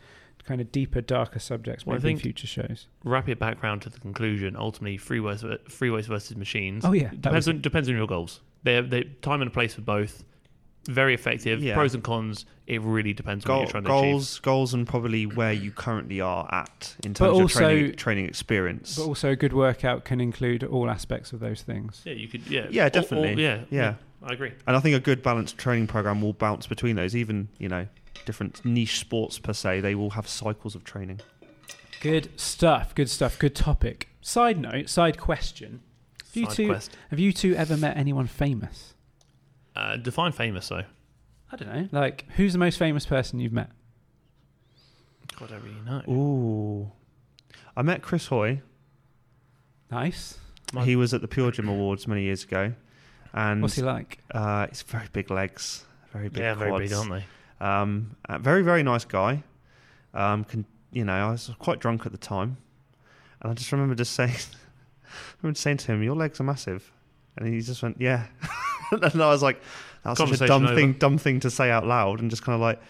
kind of deeper, darker subjects. Well, I maybe in think- future shows. Wrap it back round to the conclusion. Ultimately, freeways, freeways versus machines. Oh yeah, that depends was, on depends on your goals. They they time and place for both. Very effective. Yeah. Pros and cons. It really depends on what Goal, you're trying to achieve. goals, goals, and probably where you currently are at in terms But of also- training, training experience. but also a good workout can include all aspects of those things. Yeah, you could. Yeah, Yeah, Or- or- definitely. yeah, Yeah. I agree. And I think a good balanced training program will bounce between those. Even you know, different niche sports per se, they will have cycles of training. Good stuff. Good stuff. Good topic. Side note. Side question. Have you Side two quest. have you two ever met anyone famous? Uh, define famous though. I don't know. Like, who's the most famous person you've met? God, I don't really know. Ooh, I met Chris Hoy. Nice. My- He was at the Pure Gym Awards many years ago, and What's he like? uh, he's very big legs, very big. yeah, very big, quads. aren't they? Um, uh, very very nice guy. Um, can, you know, I was quite drunk at the time, and I just remember just saying, I remember saying to him, "Your legs are massive," and he just went, "Yeah," and I was like, "That was such a Conversation dumb over. thing, dumb thing to say out loud," and just kind of like,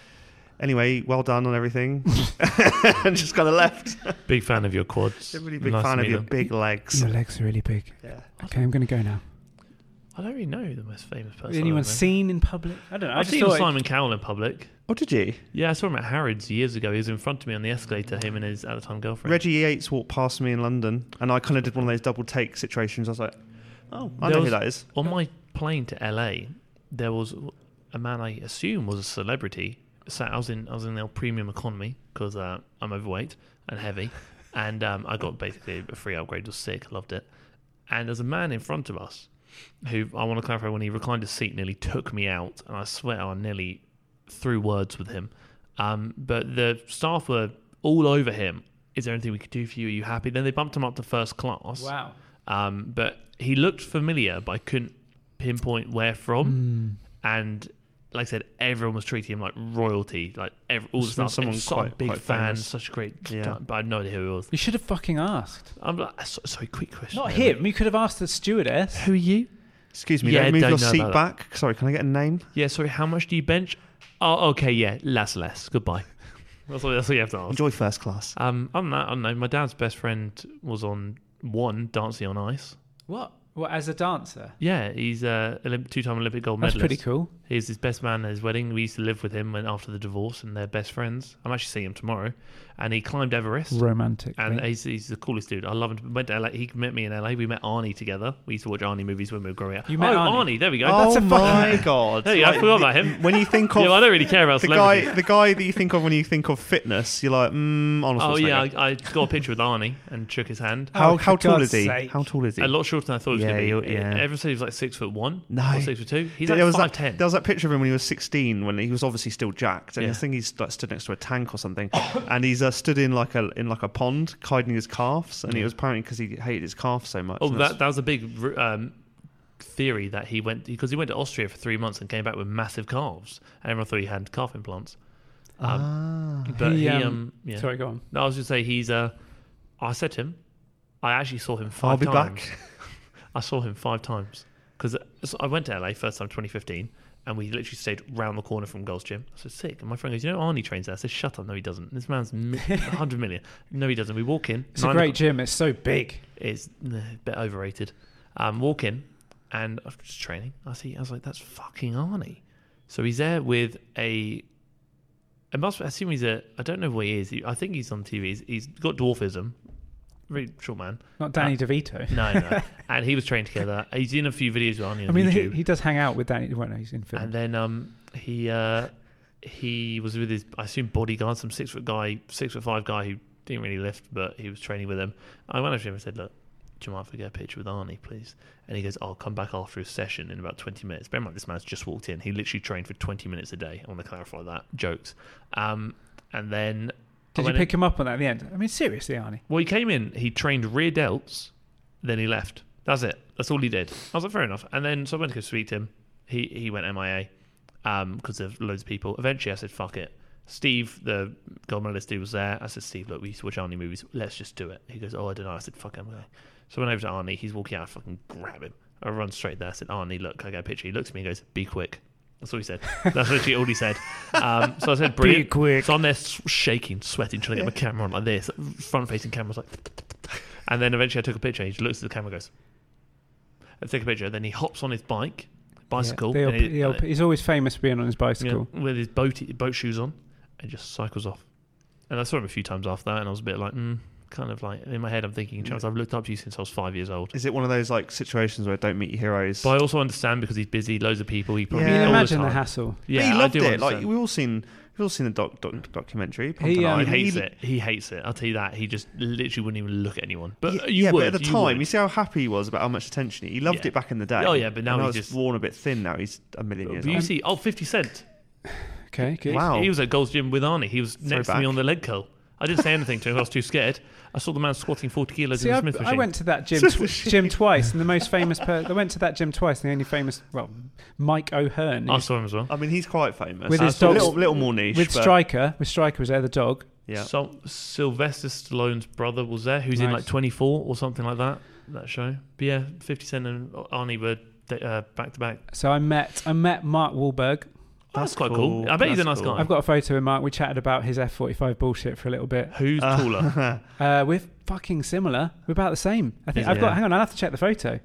"Anyway, well done on everything," and just kind of left. Big fan of your quads. Really big Nice to fan of meet your them. big legs. Your legs are really big. Yeah. Okay, I'm going to go now. I don't really know the most famous person. I've Anyone ever known. seen in public? I don't know. I I've just seen thought it- Simon Cowell in public. Oh, did you? Yeah, I saw him at Harrods years ago. He was in front of me on the escalator. Him and his at the time girlfriend. Reggie Yates walked past me in London, and I kind of did one of those double take situations. I was like, "Oh, I There know was- who that is." on my plane to LA, there was a man I assume was a celebrity. Sat, I was in I was in the premium economy because uh, I'm overweight and heavy, and um, I got basically a free upgrade. It Was sick, loved it. And there's a man in front of us who I want to clarify when he reclined his seat, nearly took me out, and I swear I nearly threw words with him. Um, but the staff were all over him. Is there anything we could do for you? Are you happy? Then they bumped him up to first class. Wow. Um, but he looked familiar, but I couldn't pinpoint where from. Hmm. And like I said, everyone was treating him like royalty. Like every, all the Must have stuff. been someone Someone such a quite- big quite fan, famous. such a great. Yeah. But I had no idea who he was. You should have fucking asked. I'm like, so, sorry, quick question. Not here. him. You could have asked the stewardess. Who are you? Excuse me, Yeah, don't move don't your know seat about that. back. Sorry, can I get a name? Yeah, sorry. How much do you bench? Oh, okay. Yeah, less, less. Goodbye. that's all. That's all you have to ask. Enjoy first class. Um, I'm not. I don't know. My dad's best friend was on one Dancing on Ice. What? What? As a dancer? Yeah, he's a Olymp- two-time Olympic gold That's medalist. pretty cool. He's his best man at his wedding. We used to live with him when, after the divorce, and they're best friends. I'm actually seeing him tomorrow, and he climbed Everest. Romantic. And right? he's, he's the coolest dude. I love him. Went to LA. He met me in LA. We met Arnie together. We used to watch Arnie movies when we were growing up. You met oh, Arnie? There we go. oh that's a my god! There you go. I forgot about him. When you think yeah, of well, I don't really care about the guy, celebrities. the guy that you think of when you think of fitness, you're like, mm, Arnold oh yeah, Schwarzenegger. I, I got a picture with Arnie and shook his hand. How Oh, for how tall God's is he? sake. How tall is he? A lot shorter than I thought he was Yeah, going you're- to be. yeah. Everyone said he was like six foot one. No. Or six foot two. He's there like was five that, ten. there was that picture of him when he was 16, when he was obviously still jacked, and Yeah. I think he's like, stood next to a tank or something, and he's uh, stood in like a in like a pond, hiding his calves, and it was apparently because he hated his calf so much. Oh, and that, that was a big r- um, theory that he went because he went to Austria for three months and came back with massive calves, and everyone thought he had calf implants. Um, ah. But He, he, um, um, yeah. Sorry, go on. No, I was just say he's Uh, I said to him, I actually saw him 5 I'll be times. back. I saw him five times because I went to LA first time 2015, and we literally stayed round the corner from Gold's Gym. I said, "Sick!" And my friend goes, "You know Arnie trains there." I said, "Shut up! No, he doesn't. This man's mi- 100 million. No, he doesn't." We walk in. It's a nine great gym. It's so big. is a bit overrated. Um, walk in, and I was just training. I see. I was like, "That's fucking Arnie." So he's there with a. I must I assume he's a. I don't know where he is. He- I think he's on TV. He's, he's got dwarfism. Really short man. Not Danny Uh, DeVito. No, no. and he was trained together. He's in a few videos with Arnie on I mean, he, YouTube. he does hang out with Danny. Well, no, he's in film. and then um, he uh, he was with his I assume bodyguard, some six foot guy, six foot five guy who didn't really lift, but he was training with him. I went up to him and said, "Look, do you mind if I get a picture with Arnie, please?" And he goes, "I'll come back after his session in about twenty minutes." Bear in mind, this man's just walked in. He literally trained for twenty minutes a day. I want to clarify that. Jokes. Um, and then I Did you went pick him up on that at the end? I mean, seriously, Arnie. well, he came in, he trained rear delts, then he left. That's it. That's all he did. I was like, fair enough. And then so I went to go speak to him. He he went MIA. because of loads of people. Eventually, I said, "Fuck it." Steve, the gold medalist dude, was there. I said, "Steve, look, we used to watch Arnie movies. Let's just do it." He goes, "Oh, I don't know." I said, "Fuck, it, I'm going." So I went over to Arnie. He's walking out. I fucking grab him. I run straight there. I said, "Arnie, look, I got a picture." He looks at me and goes, "Be quick." That's all he said. That's literally all he said. Um, so I said, "Brilliant." quick. So I'm there s- shaking, sweating, trying to get my camera on like this, front-facing camera. I was like, and then eventually I took a picture. He just looks at the camera, and goes, "I take a picture." Then he hops on his bike, bicycle, Yeah, the and old- he- the old- he's always famous for being on his yeah, bicycle. with his boat boat shoes on, and just cycles off. And I saw him a few times after that, and I was a bit like, mm, kind of like in my head, I'm thinking, Charles, I've looked up to you since I was five years old. Is it one of those like situations where don't meet your heroes? But I also understand because he's busy, loads of people. He probably Can you Yeah. all imagine the, the time. hassle? Yeah, he loved I do it. Like understand. we've all seen, we've all seen the doc, doc documentary. Pumped He, and um, he Iron. hates it. He hates it. I'll tell you that. He just literally wouldn't even look at anyone. But yeah, you yeah, would. but at the you time, would. you see how happy he was about how much attention he, he loved Yeah. it back in the day. Oh, yeah, but now And he now it's just- worn a bit thin. Now he's a million years But you old. see, oh, 50 Cent. Okay, good. Wow. He was at Gold's Gym with Arnie. He was next to me Throwback. on the leg curl. I didn't say anything to him. I was too scared. I saw the man squatting 40 kilos See, in the I, Smith I machine. went to that gym Smith tw- machine. gym twice, and the most famous person. I went to that gym twice, and the only famous, well, Mike O'Hearn, I who's- saw him as well. I mean, he's quite famous. With his That's a dogs- little, little more niche. with but- Striker. With Striker was there, the dog. Yeah. So Sylvester Stallone's brother was there, who's in Nice. like 24 or something like that. That show. But yeah, 50 Cent and Arnie were uh, back to back. So I met I met Mark Wahlberg. Oh, That's That's quite cool. cool. I bet he's a That's nice cool. guy. I've got a photo with Mark. We chatted about his F45 bullshit for a little bit. Who's taller? Uh, we're fucking similar. We're about the same. I think Yeah. I've got. Hang on, I'll have to check the photo.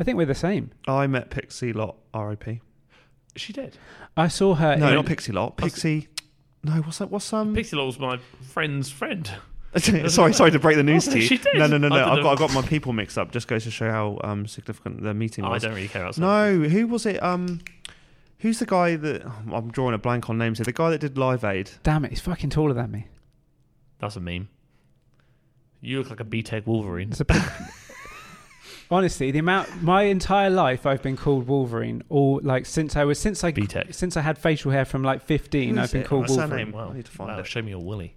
I think we're the same. I met Pixie Lot, R.I.P. Is she did. I saw her. No, in, not Pixie Lot. Pixie. No, what's that? What's um? Pixie Law's my friend's friend. sorry, sorry to break the news Oh, to you. she did. No, no, no, no. I I've didn't- got, I've got my people mixed up. Just goes to show how um significant the meeting Oh, I was. don't really care about No, who was it? Um, who's the guy that I'm drawing a blank on names here? The guy that did Live Aid. Damn it, he's fucking taller than me. That's a meme. You look like a B-Tech Wolverine. It's a pic- Honestly, the amount my entire life I've been called Wolverine. All like since I was since I B-Tech. since I had facial hair from like fifteen, Who I've is been it? called What's her Wolverine. name? I need to find Wow, it. Show me your willy.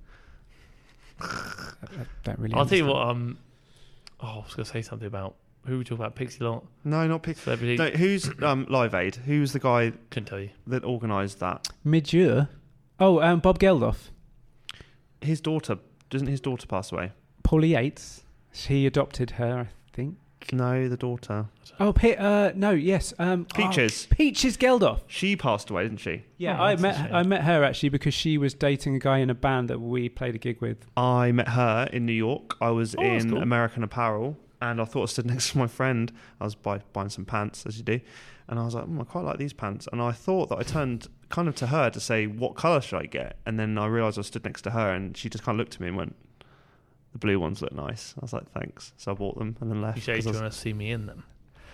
I don't really. I'll tell you understand. what. Um, oh, I was going to say something about who we talk about. Pixie Lot, No, not Pixie. celebrity. No, who's um Live Aid? Who's the guy Couldn't tell you. that organised that? Midure. Oh, um, Bob Geldof, His daughter. Doesn't his daughter pass away? Paula Yates. She adopted her, I think. No, the daughter. Oh, Pe- uh, no, yes. Um, oh, Peaches. Peaches Geldof. She passed away, didn't she? Yeah, Oh, I that's a met shame. I met her actually because she was dating a guy in a band that we played a gig with. I met her in New York. I was Oh, that's in cool. American Apparel, and I thought I stood next to my friend. I was buy, buying some pants, as you do, and I was like, mm, I quite like these pants. And I thought that I turned kind of to her to say, what color should I get? And then I realized I stood next to her, and she just kind of looked at me and went, the blue ones look nice. I was like, thanks. So I bought them and then left. You say 'cause I you was- want to see me in them.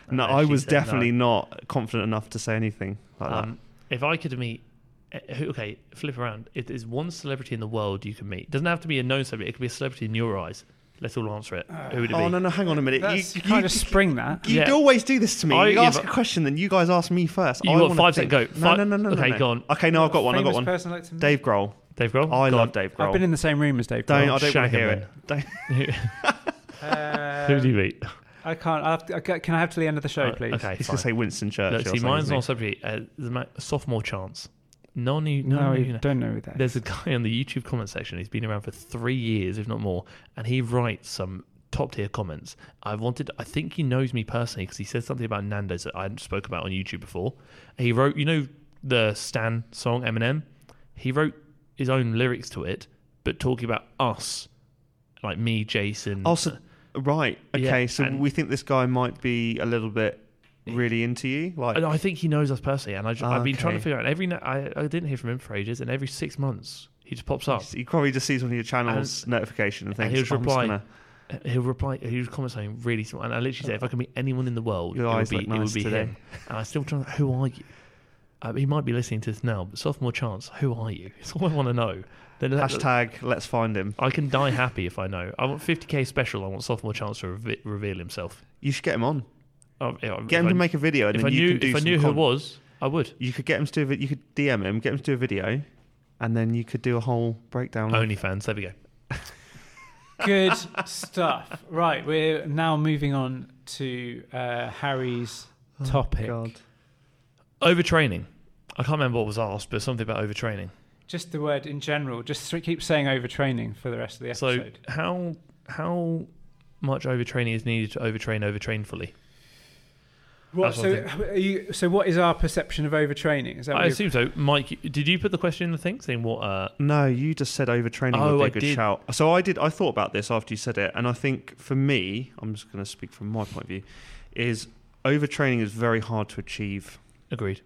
no, And I she was said no. definitely not confident enough to say anything like Um, if I could meet, eh, who- okay, flip around. If there's one celebrity in the world you can meet, it doesn't have to be a known celebrity. It could be a celebrity in your eyes. Let's all answer it. who would that. it Oh be? no, no, hang on a minute. You, you, can't just spring that. You Yeah. always do this to me. I- you yeah, ask but- a question, then you guys ask me first. You I want wanna five sec- think. go. No, Five- no, no, no. okay, no. go on. Oh, Okay, no, I've got one. I've got Famous one. person like to meet. Dave Grohl. Dave Grohl. I Go love on. Dave Grohl. I've been in the same room as Dave. don't, I Grohl. don't want to Shag him hear then. it. Don't, Um, who would you meet? Uh, I can't. I have to, I ca- can I have to the end of the show, Uh, please? Okay, he's fine. going to say Winston Churchill. Look, or see, something, mine's isn't not a he? celebrity. Uh, the ma- sophomore chance. No, no, No, no, I you know. don't know who that. There's a guy on the YouTube comment section. He's been around for three years, if not more, and he writes some top tier comments. I wanted. I think he knows me personally because he said something about Nando's that I hadn't spoke about on YouTube before. He wrote, you know, the Stan song Eminem. He wrote his own lyrics to it, but talking about us, like me, Jason. Also, Oh, right. Yeah, Okay, so and- we think this guy might be a little bit really into you. Like, And I think he knows us personally, and I, have been trying to Okay. figure out every. na- I, I didn't hear from him for ages, and every six months he just pops up. he probably just sees one of your channels notification and and thinks, he'll just "I'm just reply, gonna- He'll reply. He'll comment something really small, and I literally say, if I can meet anyone in the world, Your it would eyes be, look it nice would be today. him. And I still trying. to- Who are you? Uh, he might be listening to this now, but sophomore chance. Who are you? It's all I want to know. Then let- Hashtag, let's find him. I can die happy if I know. I want 50k special. I want sophomore chance to reve- reveal himself. You should get him on. Uh, yeah, Get him if I- to make a video, and If then I you knew, can do if I some knew who it content. was, I would. You could get him to do a vid- you could DM him, get him to do a video, and then you could do a whole breakdown. of- OnlyFans. There we go. Good stuff. Right, we're now moving on to uh, Harry's topic. God. Overtraining. I can't remember what was asked, but something about overtraining. Just the word in general. Just th- keep saying overtraining for the rest of the So episode. how how much overtraining is needed to overtrain overtrain fully? what, that's so, one are you, so what is our perception of overtraining? Is that what I you're- assume so. Mike, you- did you put the question in the thing saying what? Uh, No, you just said overtraining Oh, would be a I good did. shout. So I did. I thought about this after you said it, and I think for me, I'm just going to speak from my point of view, is overtraining is very hard to achieve, agreed.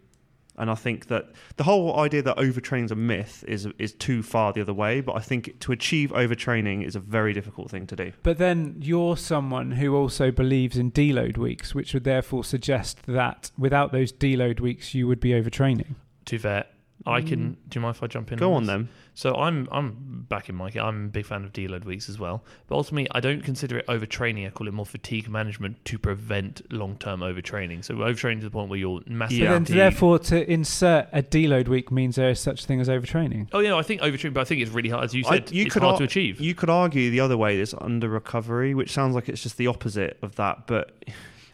and I think that the whole idea that overtraining is a myth is is too far the other way. But I think to achieve overtraining is a very difficult thing to do. But then you're someone who also believes in deload weeks, which would therefore suggest that without those deload weeks, you would be overtraining. To be fair, I Mm. can. Do you mind if I jump in? Go on this? then. So I'm I'm back in Mike. I'm a big fan of deload weeks as well. But ultimately, I don't consider it overtraining. I call it more fatigue management to prevent long term overtraining. So overtraining to the point where you're massively. But Yeah. then, fatigued. therefore, to insert a deload week means there is such thing as overtraining. Oh yeah, I think overtraining, but I think it's really hard. As you I- said, it's hard ar- to achieve. You could argue the other way is under recovery, which sounds like it's just the opposite of that. But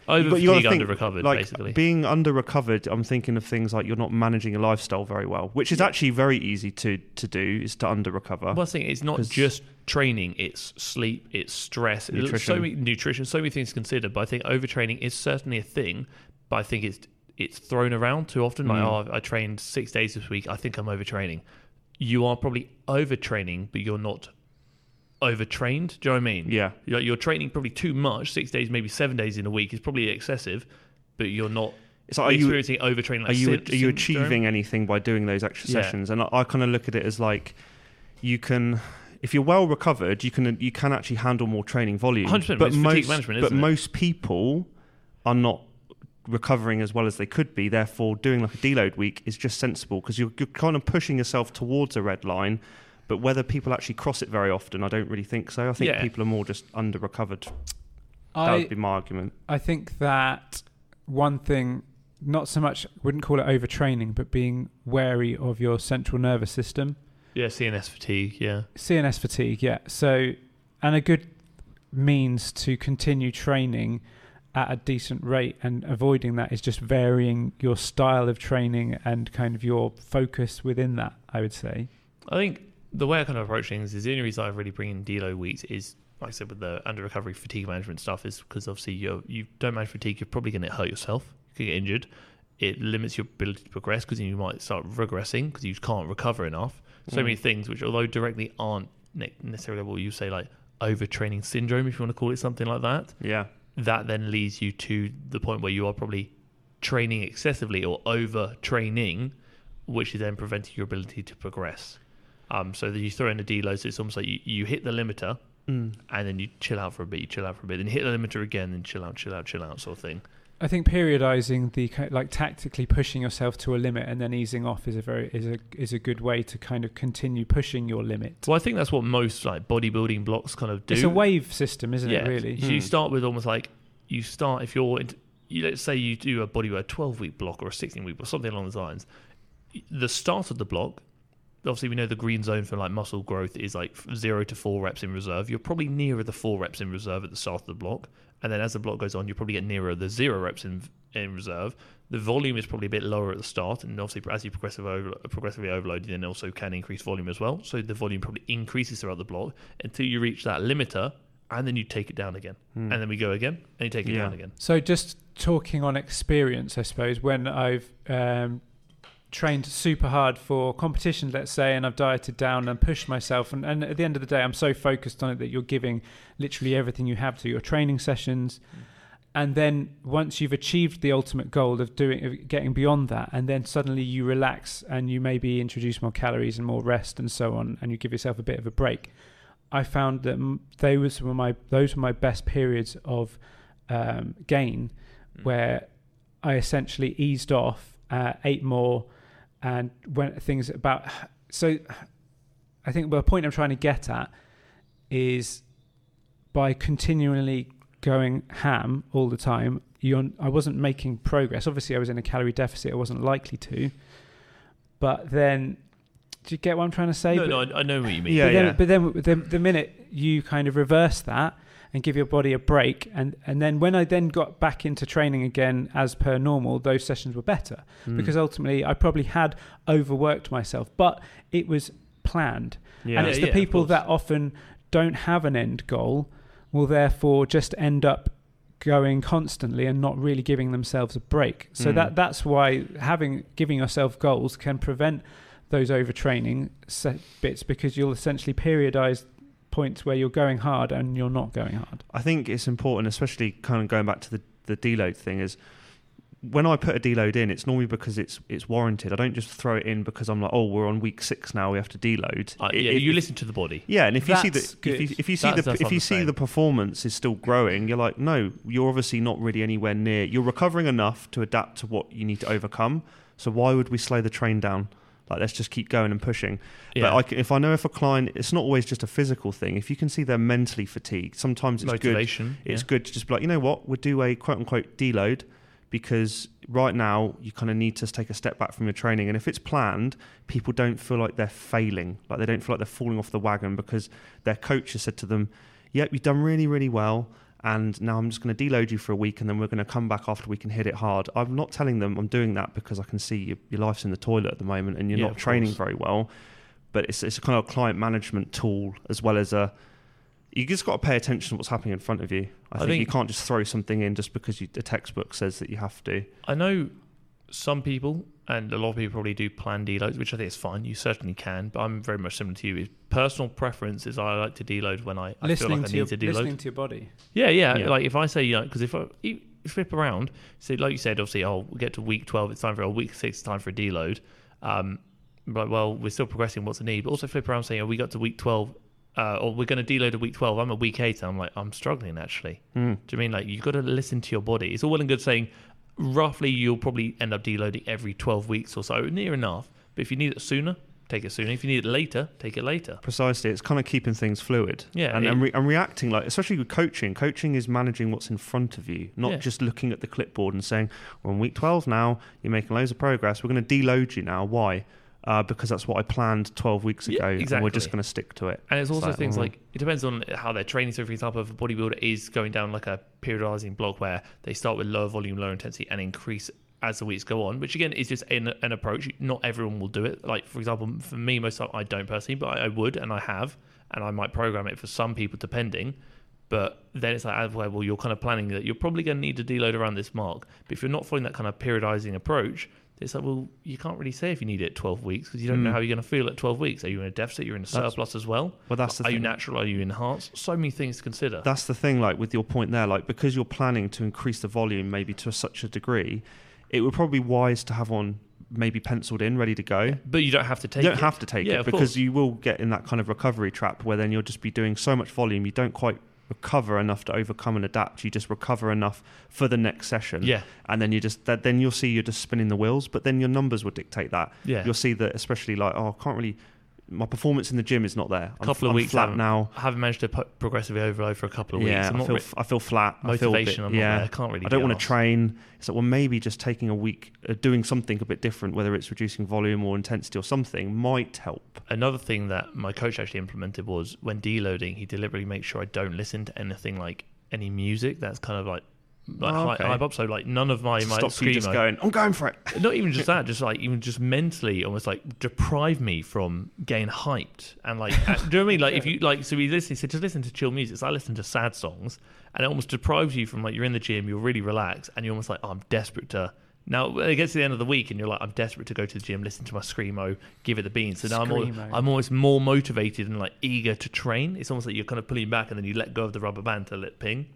Over But you gotta fatigue, think, under recovered, like basically. being under recovered i'm thinking of things like you're not managing your lifestyle very well which is actually very easy to to do is to under recover Well, I think it's not 'Cause- just training; it's sleep, it's stress, it's so Nutrition. many nutrition, so many things considered. But I think overtraining is certainly a thing. But I think it's it's thrown around too often. Mm. Like, oh, I trained six days this week. I think I'm overtraining. You are probably overtraining, but you're not overtrained. Do you know what I mean? yeah You're, you're training probably too much. Six days, maybe seven days in a week is probably excessive, but you're not it's like are you experiencing overtraining. Like are you syn- are you syndrome. achieving anything by doing those extra Yeah. sessions and i, I kind of look at it as like you can if you're well recovered you can you can actually handle more training volume 100%, but it's most fatigue management, but isn't it? most people are not recovering as well as they could be therefore doing like a deload week is just sensible because you're, you're kind of pushing yourself towards a red line but whether people actually cross it very often i don't really think so i think Yeah. people are more just under recovered that I, would be my argument I think that one thing, not so much, wouldn't call it overtraining, but being wary of your central nervous system. Yeah, CNS fatigue. Yeah. CNS fatigue, yeah. So, and a good means to continue training at a decent rate and avoiding that is just varying your style of training and kind of your focus within that, I would say. I think the way I kind of approach things is the only reason I really bring in Delo weeks is, like I said, with the under recovery fatigue management stuff, is because obviously you're, you don't manage fatigue, you're probably going to hurt yourself. You could get injured. It limits your ability to progress because you might start regressing because you can't recover enough. So many things, which although directly aren't ne- necessarily what you say, like overtraining syndrome, if you want to call it something like that, yeah that then leads you to the point where you are probably training excessively or over training, which is then preventing your ability to progress. Um, so that you throw in a deload, so it's almost like you, you hit the limiter Mm. and then you chill out for a bit, you chill out for a bit, then you hit the limiter again, then chill out, chill out, chill out, sort of thing. I think periodizing the ki- like tactically pushing yourself to a limit and then easing off is a very is a is a good way to kind of continue pushing your limit. So I think that's what most like bodybuilding blocks kind of do. It's a wave system, isn't yeah, it? Really, So you Hmm. start with almost like you start if you're in, you, let's say you do a body weight 12 week block or a 16 week or something along those lines. The start of the block, obviously we know the green zone for like muscle growth is like f- zero to four reps in reserve. You're probably nearer the four reps in reserve at the start of the block, and then as the block goes on, you probably get nearer the zero reps in in reserve. The volume is probably a bit lower at the start, and obviously as you progressively over, progressively overload, you then also can increase volume as well. So the volume probably increases throughout the block until you reach that limiter, and then you take it down again, and then we go again, and you take it Hmm. Yeah. down again. So just talking on experience, I suppose, when I've um, trained super hard for competition, let's say, and I've dieted down and pushed myself, and, and at the end of the day, I'm so focused on it that you're giving literally everything you have to your training sessions. And then once you've achieved the ultimate goal of doing, of getting beyond that, and then suddenly you relax and you maybe introduce more calories and more rest and so on, and you give yourself a bit of a break. I found that m- those were my those were my best periods of um, gain, Mm. where I essentially eased off, uh, ate more, and went things about. So, I think the point I'm trying to get at is by continually going ham all the time. You're, I wasn't making progress. Obviously, I was in a calorie deficit. I wasn't likely to. But then, do you get what I'm trying to say? No, But- no, I, I know what you mean. Yeah. but then, but then the, the minute you kind of reverse that and give your body a break. And, and then when I then got back into training again as per normal, those sessions were better Mm. because ultimately I probably had overworked myself, but it was planned. yeah, and it's the yeah, of people course. that often don't have an end goal will therefore just end up going constantly and not really giving themselves a break. So Mm. Hmm. that that's why having giving yourself goals can prevent those overtraining set bits because you'll essentially periodize points where you're going hard and you're not going hard. I think it's important, especially kind of going back to the the deload thing is when I put a deload in, it's normally because it's it's warranted. I don't just throw it in because I'm like, oh, we're on week six now, we have to deload. Uh, It- yeah, it- you it- listen to the body. Yeah, and if you see That's that if you, good. if you see That's- the that's what if you I'm see saying. the performance is still growing, you're like, no, you're obviously not really anywhere near. You're recovering enough to adapt to what you need to overcome. So why would we slow the train down? Like, let's just keep going and pushing. Yeah. But I c if I know if a client, it's not always just a physical thing. If you can see they're mentally fatigued, sometimes it's good Motivation. it's yeah. good to just be like, you know what, we'll do a quote unquote deload because right now you kind of need to take a step back from your training. And if it's planned, people don't feel like they're failing, like they don't feel like they're falling off the wagon because their coach has said to them, yep, you've done really, really well. And now I'm just going to deload you for a week and then we're going to come back after we can hit it hard. I'm not telling them I'm doing that because I can see your, your life's in the toilet at the moment and you're Yeah, not of training course. very well. But it's, it's a kind of client management tool as well as a, you just got to pay attention to what's happening in front of you. I, I think, you think- can't just throw something in just because you, the textbook says that you have to. I know some people, and a lot of people probably do plan deloads, which I think is fine. You certainly can, but I'm very much similar to you. Personal preference is I like to deload when I, I feel listening like I need to your to deload. listening to your body. Yeah, yeah. Yeah. Like if I say, you know, because if I you flip around, so like you said, obviously, oh, we'll get to week twelve, it's time for a week six, it's time for a deload. Um, but well, we're still progressing. What's the need? But also flip around, saying, oh, we got to week twelve, uh, or we're going to deload at week twelve. I'm at week eight, and I'm like, I'm struggling actually. Do you mean like you've got to listen to your body? It's all well and good saying roughly you'll probably end up deloading every 12 weeks or so, near enough. But if you need it sooner, take it sooner. If you need it later, take it later. Precisely, it's kind of keeping things fluid. Yeah, and it- and, re- and reacting like, especially with coaching. Coaching is managing what's in front of you, not Yeah. just looking at the clipboard and saying, "We're on week twelve now. You're making loads of progress. We're going to deload you now. Why? Uh, because that's what I planned twelve weeks Yeah, ago, and we're just exactly. going to stick to it." And it's also like, things mm. like it depends on how they're training. So, for example, if a bodybuilder is going down like a periodizing block where they start with lower volume, lower intensity, and increase as the weeks go on, which again is just an, an approach. Not everyone will do it. Like, for example, for me, most of- I don't personally, but I, I would and I have, and I might program it for some people depending. But then it's like, well, well, you're kind of planning that you're probably going to need to deload around this mark. But if you're not following that kind of periodizing approach, it's like, well, you can't really say if you need it at 12 weeks because you don't know Mm. how you're going to feel at 12 weeks. Are you in a deficit? You're in a That's- surplus as well? Well, that's the are you thing. natural? Are you enhanced? So many things to consider. That's the thing, like with your point there, like because you're planning to increase the volume maybe to such a degree, it would probably be wise to have one maybe penciled in, ready to go. but you don't have to take. you don't it. have to take Yeah, it of because course. you will get in that kind of recovery trap where then you'll just be doing so much volume you don't quite recover enough to overcome and adapt you just recover enough for the next session Yeah, and then you just that, then you'll see you're just spinning the wheels but then your numbers will dictate that yeah. you'll see that especially like oh i can't really my performance in the gym is not there A couple of I'm weeks flat haven't- now I haven't managed to put progressively overload for a couple of yeah weeks. I'm I, not feel, re- f I feel flat I motivation. feel a I'm bit, not yeah there. I can't really. I don't be want to arsed. train. It's like, well, maybe just taking a week, uh, doing something a bit different, whether it's reducing volume or intensity or something, might help. Another thing that my coach actually implemented was when deloading, he deliberately makes sure I don't listen to anything like any music that's kind of like like Oh, high, okay. hype up. So like none of my my Stop you just screamo- going, I'm going for it. not even just that, just like even just mentally, almost like deprive me from getting hyped and like, uh, do you know what I mean? Like if you like, so we listen, so just listen to chill music. So I listen to sad songs, and it almost deprives you from like you're in the gym, you're really relaxed, and you're almost like, oh, I'm desperate to. Now when it gets to the end of the week, and you're like, I'm desperate to go to the gym, listen to my screamo, give it the beans. So now I'm all, Screamo. I'm always more motivated and like eager to train. It's almost like you're kind of pulling back, and then you let go of the rubber band to let ping.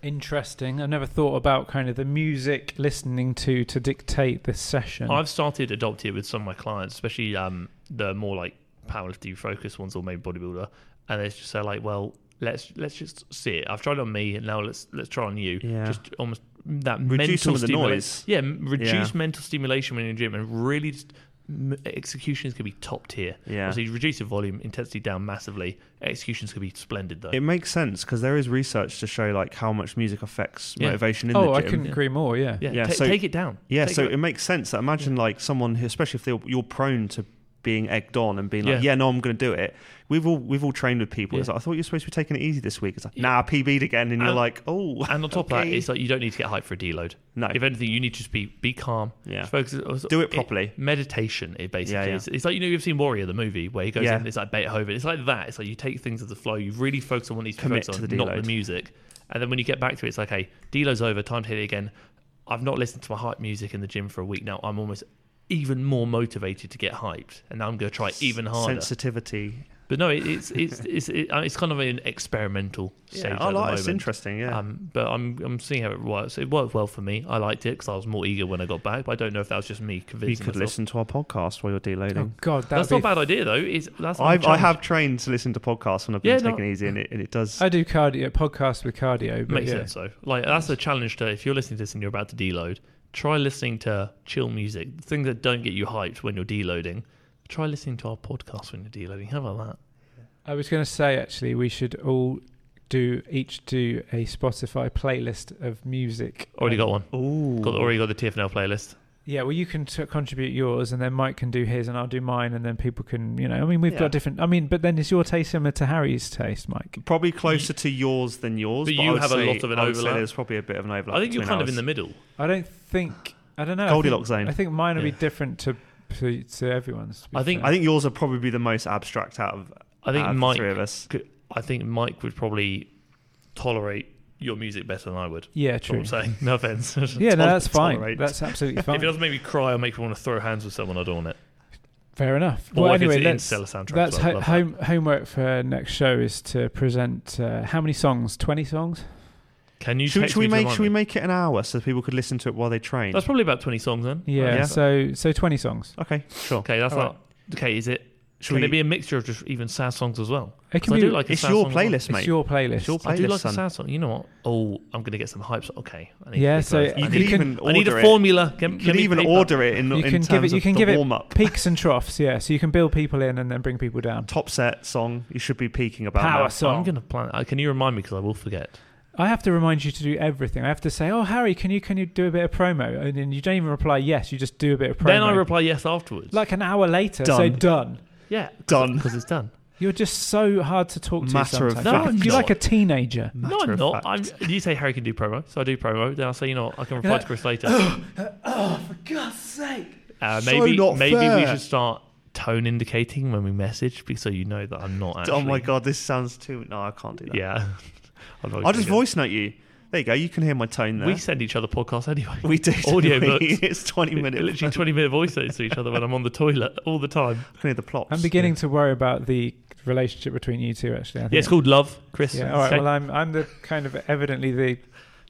Interesting. I never thought about kind of the music listening to to dictate this session. I've started adopting it with some of my clients, especially um, the more like powerlifting focused ones or maybe bodybuilder, and they just say like, "Well, let's let's just see it. I've tried it on me, and now let's let's try it on you." Yeah. Just almost that mental Reduce some of the stimula- noise. Yeah, m- reduce Yeah. mental stimulation when you're in the gym, and really just m- executions can be top tier. Yeah. So you reduce the volume, intensity down massively. Executions could be splendid though. It makes sense because there is research to show like how much music affects Yeah. motivation in oh, the I gym. couldn't agree more. Yeah. yeah. yeah, ta- so- take it down. yeah, Take so it- it makes sense. That imagine like someone who, especially if they're, you're prone to being egged on and being like, Yeah. yeah, no, I'm going to do it. We've all we've all trained with people. It's Yeah. like I thought you were supposed to be taking it easy this week. It's like, Yeah. nah, I PB'd again, and you're And- like, oh, And on top of Okay. that, it's like you don't need to get hyped for a deload. no, If anything, you need to just be be calm. yeah, Just focus. on- do it properly. meditation, it basically Yeah, yeah. is. It's like you know you've seen Warrior the movie where he goes Yeah. in. It's like Beethoven. It's like that. It's like you take things as the flow. You really focus on what needs to be Commit focused to on, the not the deload. music. And then when you get back to it, it's like, hey, delo's over. Time to hit it again. I've not listened to my hype music in the gym for a week now. I'm almost even more motivated to get hyped, and now I'm going to try even harder. Sensitivity. But no, it, it's it's it's it, uh, it's kind of an experimental stage. Yeah, at I the like. It's moment. interesting. Yeah, Um, but I'm I'm seeing how it works. It worked well for me. I liked it because I was more eager when I got back. But I don't know if that was just me convincing you could myself. listen to our podcast while you're Oh deloading. God, that That's would not be a bad idea though. It's that's not a I've, I challenge. have trained to listen to podcasts when I've been Oh, Yeah, no. taking it easy, and it, and it does. I do cardio podcasts with cardio. But makes yeah. sense though. Like that's a challenge to if you're listening to this and you're about to deload. Try listening to chill music, things that don't get you hyped when you're deloading. Try listening to our podcast when you're deloading. How about that? I was going to say actually, we should all do each do a Spotify playlist of music. Um, Already got one. Ooh, Got already got the TFNL playlist. Yeah, well, you can t- contribute yours, and then Mike can do his, and I'll do mine, and then people can, you know. I mean, we've Yeah. got different. I mean, but then is your taste similar to Harry's taste, Mike? probably closer to yours than yours. But But, you I would have a say- lot of an I would say overlap. There's probably a bit of an overlap. I think you're between kind of in the ours. middle. I don't think. I don't know. I think- Goldilocks zone. I think mine will Yeah. be different to to, to everyone's. to be I think- fair. I think yours are probably the most abstract out of, I think out of the Mike- three of us. I think Mike would probably tolerate your music better than I would. Yeah, That's what true. I'm saying. No offense. Yeah, no, Tol- that's fine. tolerate. That's absolutely If it fine. doesn't make me cry or make me want to throw hands with someone, I don't want it. Fair enough. Or well, if anyway, it's let's, in soundtrack. that's ho- home, homework for next show is to present uh, how many songs? Twenty songs. Can you? Should, text should we me to make remind should we me? make it an hour so people could listen to it while they train? That's probably about twenty songs then. Yeah. Yeah. So so twenty songs. okay, sure. Okay, that's All like okay. Is it? Should Can we- it be a mixture of just even sad songs as well? It 'Cause I do like a it's sad your song as well. playlist, it's mate. your playlist. It's your I do playlist, like a son. sad song. You know what? Oh, I'm gonna get some hype. So, okay. I need Yeah, To so visualize that. you I could need, even I need order a it. formula. Get, You could even order it in, You in can terms give it- you of can the give it- warm up. Peaks and troughs. Yeah. So you can build people in and then bring people down. Top set song. You should be peaking about Power now. song. So I'm gonna plan. Uh, can you remind me because I will forget. I have to remind you to do everything. I have to say, "Oh, Harry, can you can you do a bit of promo?" And then you don't even reply yes. You just do a bit of promo. Then I reply yes afterwards. like an hour later. Done. Say done. yeah, Done. because it's done. You're just so hard to talk to. Matter of sometimes. No, fact. I'm You're not. like a teenager. No, Matter I'm of not. I'm, fact. you say Harry can do promo, so I do promo. Then I'll say, you know, what, I can reply Yeah. to Chris later. Oh, For God's sake. Uh, So maybe not maybe we fair. should start tone indicating when we message, because so you know that I'm not. Actually, Oh my god, this sounds too. No, I can't do that. Yeah, I'm not I'll just gonna- voice note you. There you go. You can hear my tone there. We send each other podcasts anyway. We do audio don't we? books. It's twenty minutes. Literally 20 minute voice notes to each other when I'm on the toilet all the time. I can hear the plots. I'm beginning to worry about the relationship between you two. Actually, I think Yeah, it's called Love, Chris. Yeah, all right. Okay. Well, I'm I'm the kind of evidently the uh,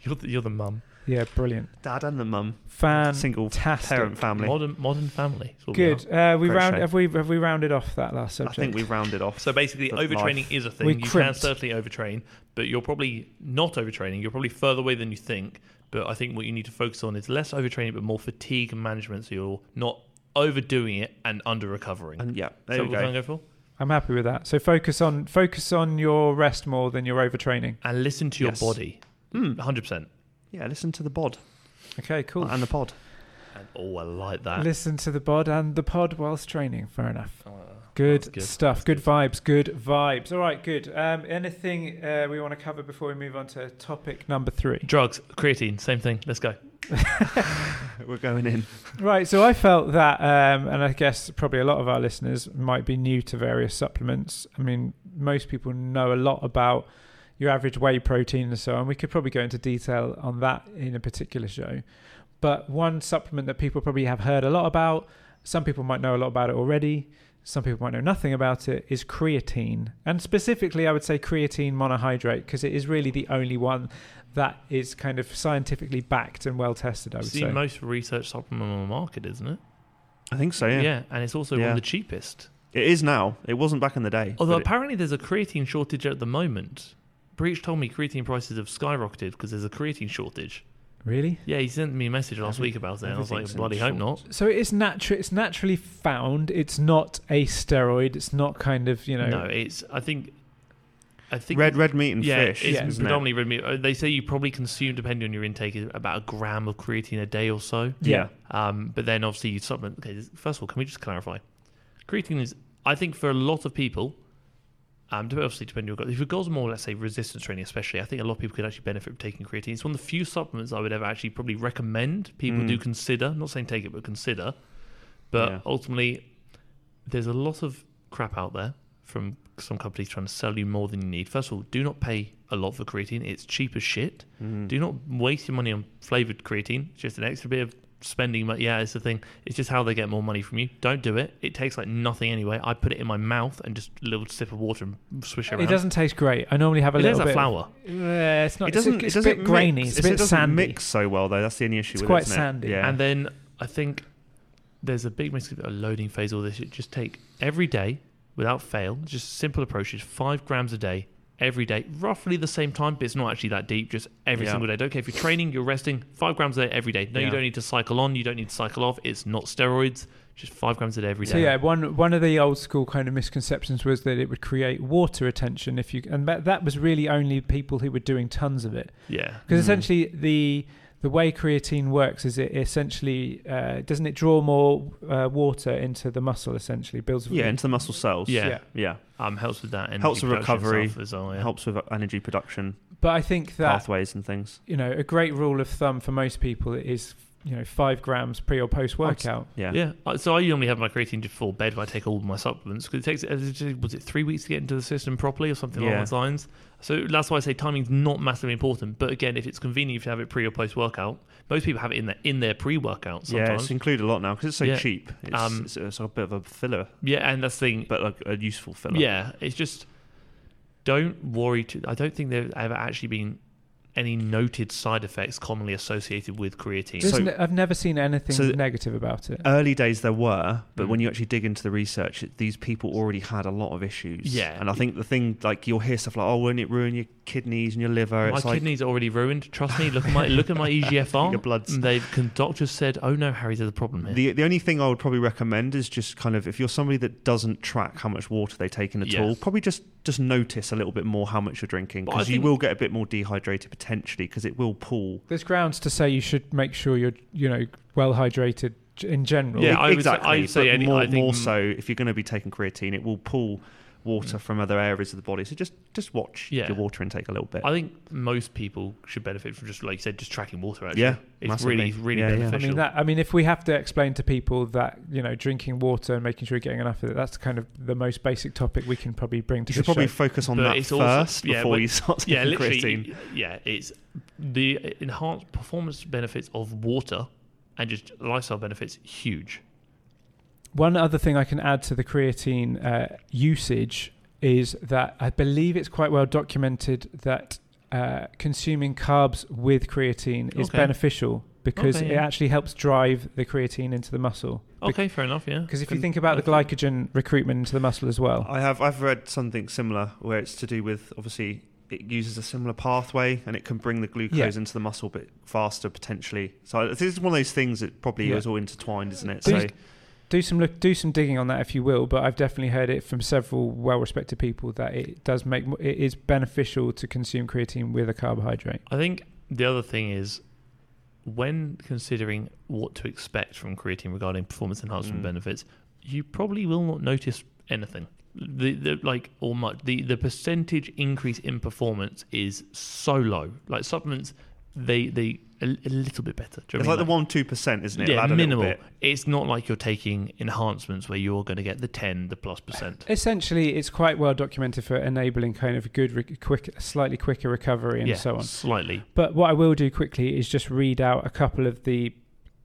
you're, the, you're the mum. yeah brilliant Dad and the mum, fan single fantastic. parent family. Modern, modern family. is what we Good. Uh, we Great round shape. have we have we rounded off that last I subject. think we've rounded off. So basically, But overtraining life- is a thing. We you can crimped. certainly overtrain, but you're probably not overtraining. You're probably further away than you think. But I think what you need to focus on is less overtraining, but more fatigue management. So you're not overdoing it and under recovering. and yeah, Is there that we what we're trying go. to go for? I'm happy with that. So focus on focus on your rest more than your overtraining. And listen to your Yes. body. Hmm. 100%. Yeah, listen to the bod Okay, cool. and the pod. And, oh, I like that. Listen to the bod and the pod whilst training. Fair enough. Oh, that was Good, stuff. Good vibes. Good vibes. All right. Good. Um, anything uh, we want to cover before we move on to topic number three? Drugs, creatine, same thing. Let's go. We're going in. Right, so I felt that, um, and I guess probably a lot of our listeners might be new to various supplements. I mean, most people know a lot about your average whey protein and so on. We could probably go into detail on that in a particular show. But one supplement that people probably have heard a lot about, some people might know a lot about it already, some people might know nothing about it, is creatine. And specifically, I would say creatine monohydrate because it is really the only one that is kind of scientifically backed and well tested, I would It's the say. most research supplement on the market, isn't it? I think so. Yeah. and it's also one Yeah. of the cheapest. it is now. It wasn't back in the day. Although but it- apparently there's a creatine shortage at the moment. Breach told me creatine prices have skyrocketed because there's a creatine shortage. Really? Yeah, he sent me a message last Every- week about it, and I was like, everything's in bloody hope not. short. So it is natural. It's naturally found. It's not a steroid. It's not kind of you know. No, it's. I think. I think red red meat and yeah, fish. it's yeah. isn't it? predominantly red meat. Uh, They say you probably consume, depending on your intake, is about a gram of creatine a day or so. yeah. Um, but then obviously you supplement. Okay, first of all, can we just clarify? Creatine is, I think, for a lot of people, um, dep- obviously depending on your goals. If your goals are more, let's say, resistance training, especially, I think a lot of people could actually benefit from taking creatine. It's one of the few supplements I would ever actually probably recommend people Mm. do consider. I'm not saying take it, but consider. But Yeah. ultimately, there's a lot of crap out there from some companies trying to sell you more than you need. First of all, do not pay a lot for creatine. It's cheap as shit. Mm. Do not waste your money on flavored creatine. It's just an extra bit of spending money. Yeah, it's the thing. It's just how they get more money from you. Don't do it. It tastes like nothing anyway. I put it in my mouth and just a little sip of water and swish it around. It doesn't taste great. I normally have a It tastes little like bit. of- flour. Yeah, it's not. it It's, doesn't. a, it it's doesn't a bit grainy. Mix. It's a bit it doesn't sandy. mix so well though. That's the only issue. It's with quite it, isn't sandy. It? Yeah. And then I think there's a big mix of a loading phase. All this. You Just take every day without fail. Just simple approaches. Five grams a day. Every day, roughly the same time, but it's not actually that deep. Just every Yeah. single day. Don't care if you're training, you're resting. Five grams a day every day. No, Yeah. you don't need to cycle on. You don't need to cycle off. It's not steroids. Just five grams a day every day. So yeah, one one of the old school kind of misconceptions was that it would create water retention if you, and that, that was really only people who were doing tons of it. yeah. Because Mm. essentially the the way creatine works is it essentially uh, doesn't it draw more uh, water into the muscle essentially builds yeah, into the muscle cells. Yeah. Yeah. Um, helps with that. and Helps with recovery. As well, yeah. Helps with uh, energy production But I think that pathways and things. you know a great rule of thumb for most people is you know five grams pre or post workout. Yeah. Yeah. Uh, So I normally have my creatine before bed if I take all my supplements because it takes, uh, it takes- was it three weeks to get into the system properly or something along Yeah. those lines? So that's why I say timing's not massively important. But again, if it's convenient to have it pre or post workout, most people have it in their, in their pre workout Yeah, it's sometimes. Yeah, included a lot now because it's so Yeah. cheap. It's, Um, it's, it's a bit of a filler, and that's the thing. but like a useful filler. Yeah, it's just don't worry. Too, I don't think there's ever actually been any noted side effects commonly associated with creatine. There's So- n- I've never seen anything so- Uh, negative about it. Early days there were, but Mm. when you actually dig into the research, it- these people already had a lot of issues. Yeah. and I think the thing like you'll hear stuff like, "Oh, won't it ruin your kidneys and your liver?" my it's like, kidneys are already ruined. Trust me. Look at my look at my E EGFR. Your bloods. And They've con- doctors said, "Oh no, Harry, there's a problem here." The the only thing I would probably recommend is just kind of if you're somebody that doesn't track how much water they take in at Yeah. all, probably just just notice a little bit more how much you're drinking But I because you think- will get a bit more dehydrated potentially because it will pool. There's grounds to say you should make sure you're you know well hydrated g- in general. Yeah, I would say- E- exactly. I'd say but any- more, I think- more so if you're going to be taking creatine, it will pull water from other areas of the body. So just just watch Mm. Yeah. your water intake a little bit. I think most people should benefit from just like you said, just tracking water. Actually, Yeah, it's massively. really really Yeah, yeah. I mean, I beneficial. mean that. I mean, if we have to explain to people that you know drinking water and making sure you're getting enough of it, that's kind of the most basic topic we can probably bring to you the should probably show. focus on But that it's first also- yeah, before but- you start taking yeah, literally. creatine. Yeah, it's the enhanced performance benefits of water and just lifestyle benefits huge. One other thing I can add to the creatine uh, usage is that I believe it's quite well documented that uh, consuming carbs with creatine is Okay. beneficial because Okay, it yeah. actually helps drive the creatine into the muscle. Okay, fair enough. Yeah, Because if you think about the glycogen recruitment into the muscle as well, I have I've read something similar where it's to do with obviously it uses a similar pathway and it can bring the glucose Yeah. into the muscle a bit faster potentially. So this is one of those things that probably Yeah. is all intertwined, isn't it? Do- So do some look, do some digging on that if you will. But I've definitely heard it from several well-respected people that it does make mo- it is beneficial to consume creatine with a carbohydrate. I think the other thing is when considering what to expect from creatine regarding performance enhancement Mm. benefits, you probably will not notice anything. The, the like or much the the percentage increase in performance is so low. Like supplements, they they a, a little bit better. Do you know it's what I like the mean? one two percent, isn't it? yeah, Add a little minimal. bit. It's not like you're taking enhancements where you're going to get the ten, the plus percent. Essentially, it's quite well documented for enabling kind of good, re- quick, slightly quicker recovery and yeah, so on. slightly. But what I will do quickly is just read out a couple of the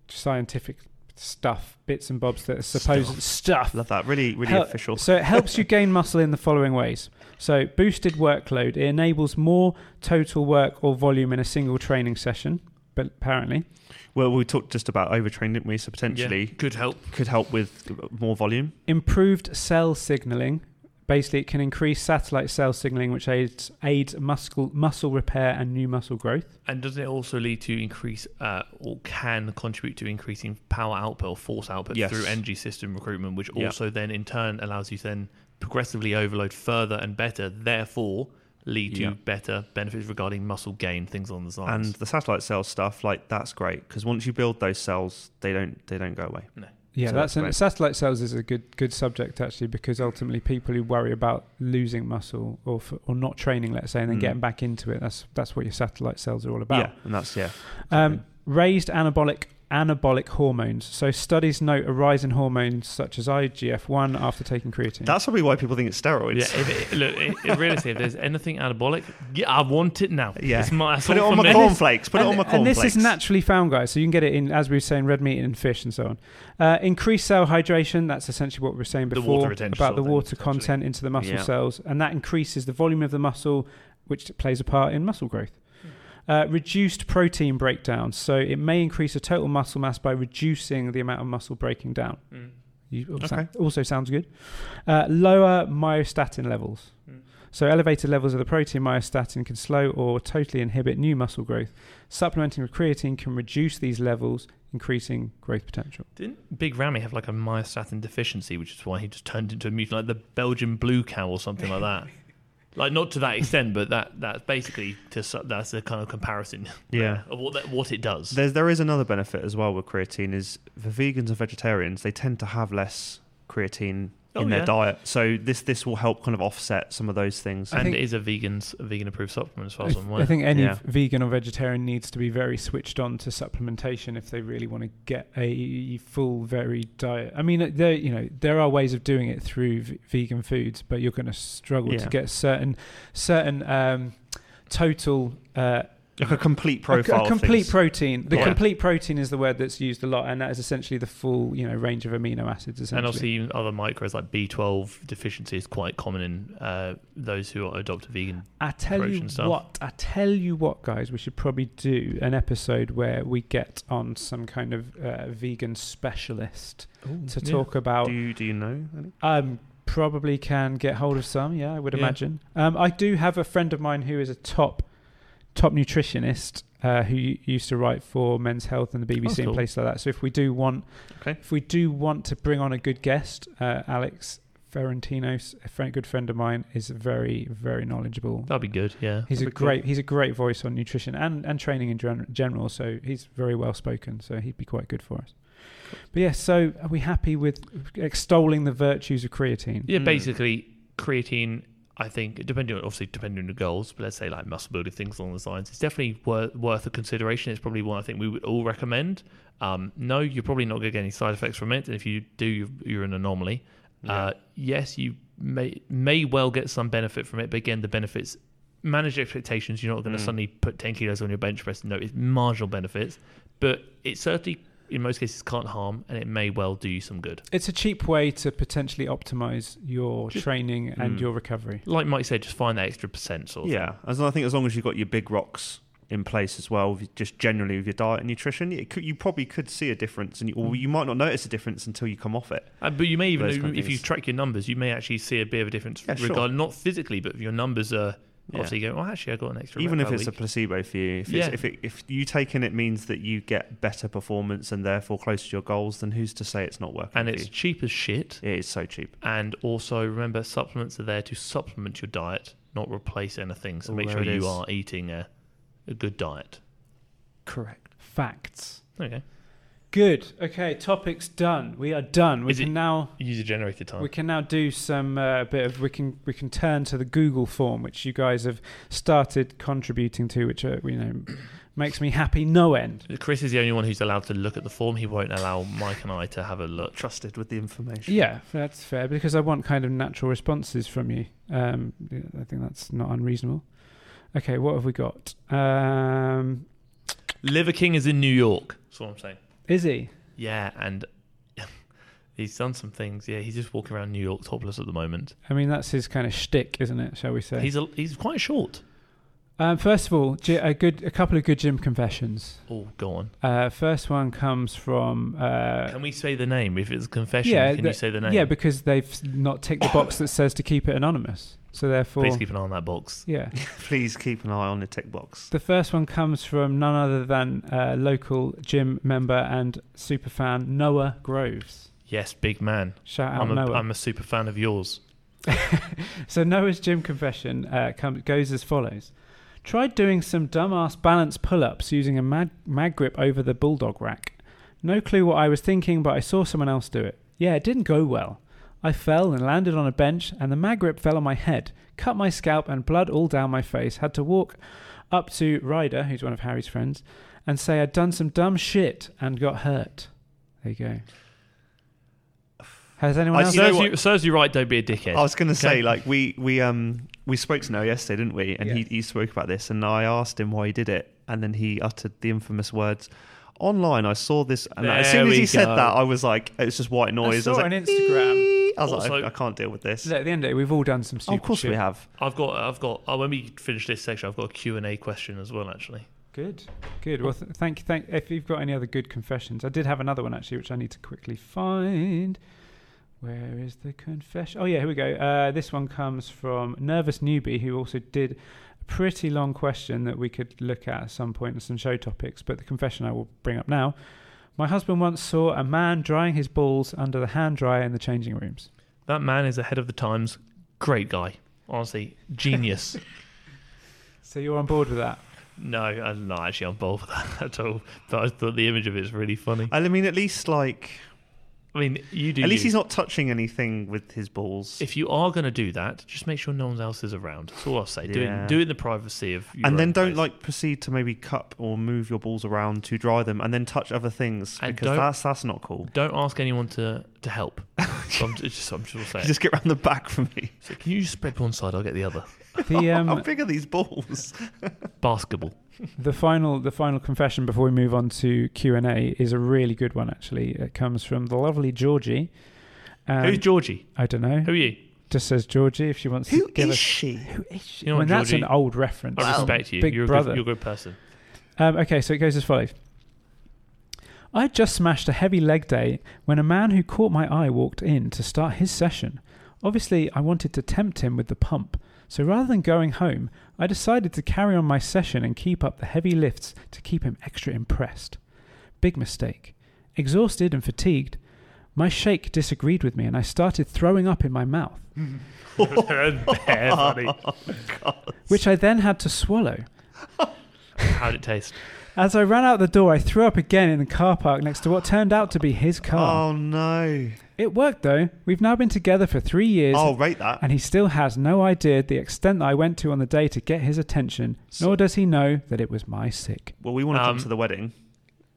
scientific stuff, bits and bobs that are supposed stuff. Love that. Really, really Hel- official. So it helps you gain muscle in the following ways. So boosted workload, it enables more total work or volume in a single training session. But apparently, Well, we talked just about overtraining, didn't we? So potentially Yeah, could help. could help with more volume. improved cell signaling. Basically, it can increase satellite cell signaling, which aids aids muscle muscle repair and new muscle growth. And doesn't it also lead to increase uh, or can contribute to increasing power output or force output Yes. through energy system recruitment, which Yeah. also then in turn allows you to then progressively overload further and better, therefore lead to Yeah. better benefits regarding muscle gain, things on the lines. And the satellite cell stuff, like that's great because once you build those cells, they don't they don't go away. No. Yeah, So that's that's an, great. satellite cells is a good good subject actually because ultimately people who worry about losing muscle or for, or not training, let's say, and then Mm. getting back into it that's that's what your satellite cells are all about. Yeah, and that's yeah. Um, raised anabolic anabolic hormones. So studies note a rise in hormones such as IGF one after taking creatine. That's probably why people think it's steroids. Yeah, if it, look, i i- realistic, if there's anything anabolic, yeah, I want it now. Yeah. It's my, that's Put it all on for my me. cornflakes. Put it and, on my and cornflakes. this is naturally found, guys. So you can get it in, as we were saying, red meat and fish and so on. Uh, increased cell hydration. That's essentially what we were saying The water before retention sort about the of thing, water essentially. content into the muscle Yeah. cells, and that increases the volume of the muscle, which plays a part in muscle growth. Uh, reduced protein breakdown. So it may increase the total muscle mass by reducing the amount of muscle breaking down. Mm. You, also, Okay. also sounds good. Uh, lower myostatin levels. Mm. So elevated levels of the protein myostatin can slow or totally inhibit new muscle growth. Supplementing with creatine can reduce these levels, increasing growth potential. Didn't Big Ramy have like a myostatin deficiency, which is why he just turned into a mutant, like the Belgian blue cow or something like that? like not to that extent, but that that's basically to su- that's the kind of comparison Yeah. of what that, what it does. There's, there is another benefit as well with creatine is for vegans and vegetarians they tend to have less creatine Oh, in their yeah. diet, so this this will help kind of offset some of those things. I and think- it is a vegan's a vegan approved supplement as far I, as I'm aware. I think any Yeah. vegan or vegetarian needs to be very switched on to supplementation if they really want to get a full varied diet. I mean, there you know there are ways of doing it through v- vegan foods, but you're going to struggle to Yeah. get certain certain um, total. Uh, like a complete A- profile. A, of complete things. protein. The Yeah. complete protein is the word that's used a lot, and that is essentially the full you know range of amino acids. Essentially, And obviously, even other micros like B12 deficiency is quite common in uh, those who adopt a vegan. I tell you protein stuff. what, I tell you what, guys, we should probably do an episode where we get on some kind of uh, vegan specialist to yeah. talk about. Do you do you know? Any? Um, probably can get hold of some. Yeah, I would Yeah. imagine. Um, I do have a friend of mine who is a top top nutritionist uh, who u- used to write for Men's Health and the BBC and Oh, cool. places like that. So if we do want, Okay. if we do want to bring on a good guest, uh, Alex Ferrantino, s- a friend, good friend of mine, is very very knowledgeable. That'd be good, yeah. He's a that'd be cool. great he's a great voice on nutrition and, and training in gen- general. So he's very well spoken. So he'd be quite good for us. But yeah, so are we happy with extolling the virtues of creatine? Yeah, Hmm. basically creatine. I think depending on obviously depending on the goals, but let's say like muscle building things along those lines, it's definitely worth worth a consideration. It's probably one I think we would all recommend. Um, no, you're probably not going to get any side effects from it, and if you do, you're, you're an anomaly. Uh, yes, you may may well get some benefit from it, but again, the benefits manage expectations. You're not going to Mm. suddenly put 10 kilos on your bench press. No, it's marginal benefits, but it certainly in most cases can't harm, and it may well do you some good. It's a cheap way to potentially optimize your Just- training and Mm. your recovery. Like Mike said, just find that extra percent sort of thing. Yeah, as long- I think as long as you've got your big rocks in place as well, with- just generally with your diet and nutrition, it could, you probably could see a difference, and you, Mm. or you might not notice a difference until you come off it. Uh, but you may even, Those kind of if you things. track your numbers, you may actually see a bit of a difference Yeah, sure. regard not physically, but if your numbers are Yeah. obviously going. Well, actually, I got an extra. Even rep if that it's a week." placebo for you, if, Yeah. it's, if, it, if you taking it means that you get better performance and therefore closer to your goals, then who's to say it's not working? and for it's you? cheap as shit. it is so cheap. And also remember, supplements are there to supplement your diet, not replace anything. So Oh, make there sure it you is. are eating a, a good diet. Correct. Facts. Okay. Good. Okay, topics done. We are done. We Is can it- now User generated Oh. time. we can now do some uh, bit of we can we can turn to the Google form which you guys have started contributing to, which uh, you know makes me happy no end. Chris is the only one who's allowed to look at the form. He won't allow Mike and I to have a look. Trusted with the information. Yeah, that's fair because I want kind of natural responses from you. Um, yeah, I think that's not unreasonable. Okay, what have we got? Um, Liver King is in New York. That's what I'm saying. Izzy. Yeah, and he's done some things. Yeah, he's just walking around New York topless at the moment. I mean, that's his kind of shtick, isn't it? Shall we say? He's a, he's quite short. Um, first of all, gy- a good, a couple of good gym confessions. Oh, go on. Uh, first one comes from uh, Can we say the name if it's a confession? Yeah, can you that- say the name? yeah, because they've s- not ticked the box that says to keep it anonymous. So therefore, please keep an eye on that box. yeah, Please keep an eye on the tick box. the first one comes from none other than uh, local gym member and super fan Noah Groves. Yes, big man. Shout out I'm a, Noah. I'm a super fan of yours. So Noah's gym confession uh, come, goes as follows: Tried doing some dumbass balance pull-ups using a mag, mag grip over the bulldog rack. No clue what I was thinking, but I saw someone else do it. Yeah, it didn't go well. I fell and landed on a bench, and the mag grip fell on my head, cut my scalp, and blood all down my face. Had to walk up to Ryder, who's one of Harry's friends, and say I'd done some dumb shit and got hurt. There you go. Has anyone I else? You know serves, what- you, serves you right, don't be a dickhead. I was going to say, Okay. like we we um we spoke to Noah yesterday, didn't we? And he, Yeah. he spoke about this, and I asked him why he did it, and then he uttered the infamous words. Online, I saw this, and as There soon as we he said go. that, I was like, "It's just white noise." saw I, was on like, Instagram. "Ee." I was like, Also- I, "I can't deal with this." Look, at the end of the day, we've all done some Oh, stupid of course, shit. we have. I've got, I've got. Oh, when we finish this section, I've got a Q and A question as well. Actually, Good, good. Well, th- thank you. Thank. If you've got any other good confessions, I did have another one actually, which I need to quickly find. Where is the confession? Oh yeah, here we go. Uh, this one comes from nervous newbie who also did a pretty long question that we could look at at some point and some show topics. But the confession I will bring up now. My husband once saw a man drying his balls under the hand dryer in the changing rooms. that man is ahead of the times. Great guy, honestly, genius. So you're on board with that? no, I'm not actually on board with that at all. But I thought the image of it's really funny. I mean, at least like, I mean, you do. at least you. he's not touching anything with his balls. If you are going to do that, just make sure no one else is around. That's all I'll say. Do Yeah. it. Do it in the privacy of. Your and then own don't place. like proceed to maybe cup or move your balls around to dry them, and then touch other things And because don't- that's that's not cool. Don't ask anyone to to help. So I'm just. I'm just saying. Just get round the back for me. So can you just spread one side? I'll get the other. The How um, big are these balls? Basketball. The final, the final confession before we move on to Q and A is a really good one. Actually, it comes from the lovely Georgie. Um, Who's Georgie? I don't know. Who are you? Just says Georgie if she wants Who to give is us. she? Who is she? You know I mean, what, that's an Georgie? old reference. I It's not respect you. Big you're, brother. A good, you're a good person. Um, okay, so it goes as follows. I just smashed a heavy leg day when a man who caught my eye walked in to start his session. Obviously, I wanted to tempt him with the pump, so rather than going home, I decided to carry on my session and keep up the heavy lifts to keep him extra impressed. Big mistake. Exhausted and fatigued, my shake disagreed with me and I started throwing up in my mouth, Bare funny. which I then had to swallow. How'd it taste? As I ran out the door, I threw up again in the car park next to what turned out to be his car. Oh no! It worked though. We've now been together for three years, I'll rate that. and he still has no idea the extent that I went to on the day to get his attention, nor does he know that it was my sick. Well, we want to Um, come to the wedding.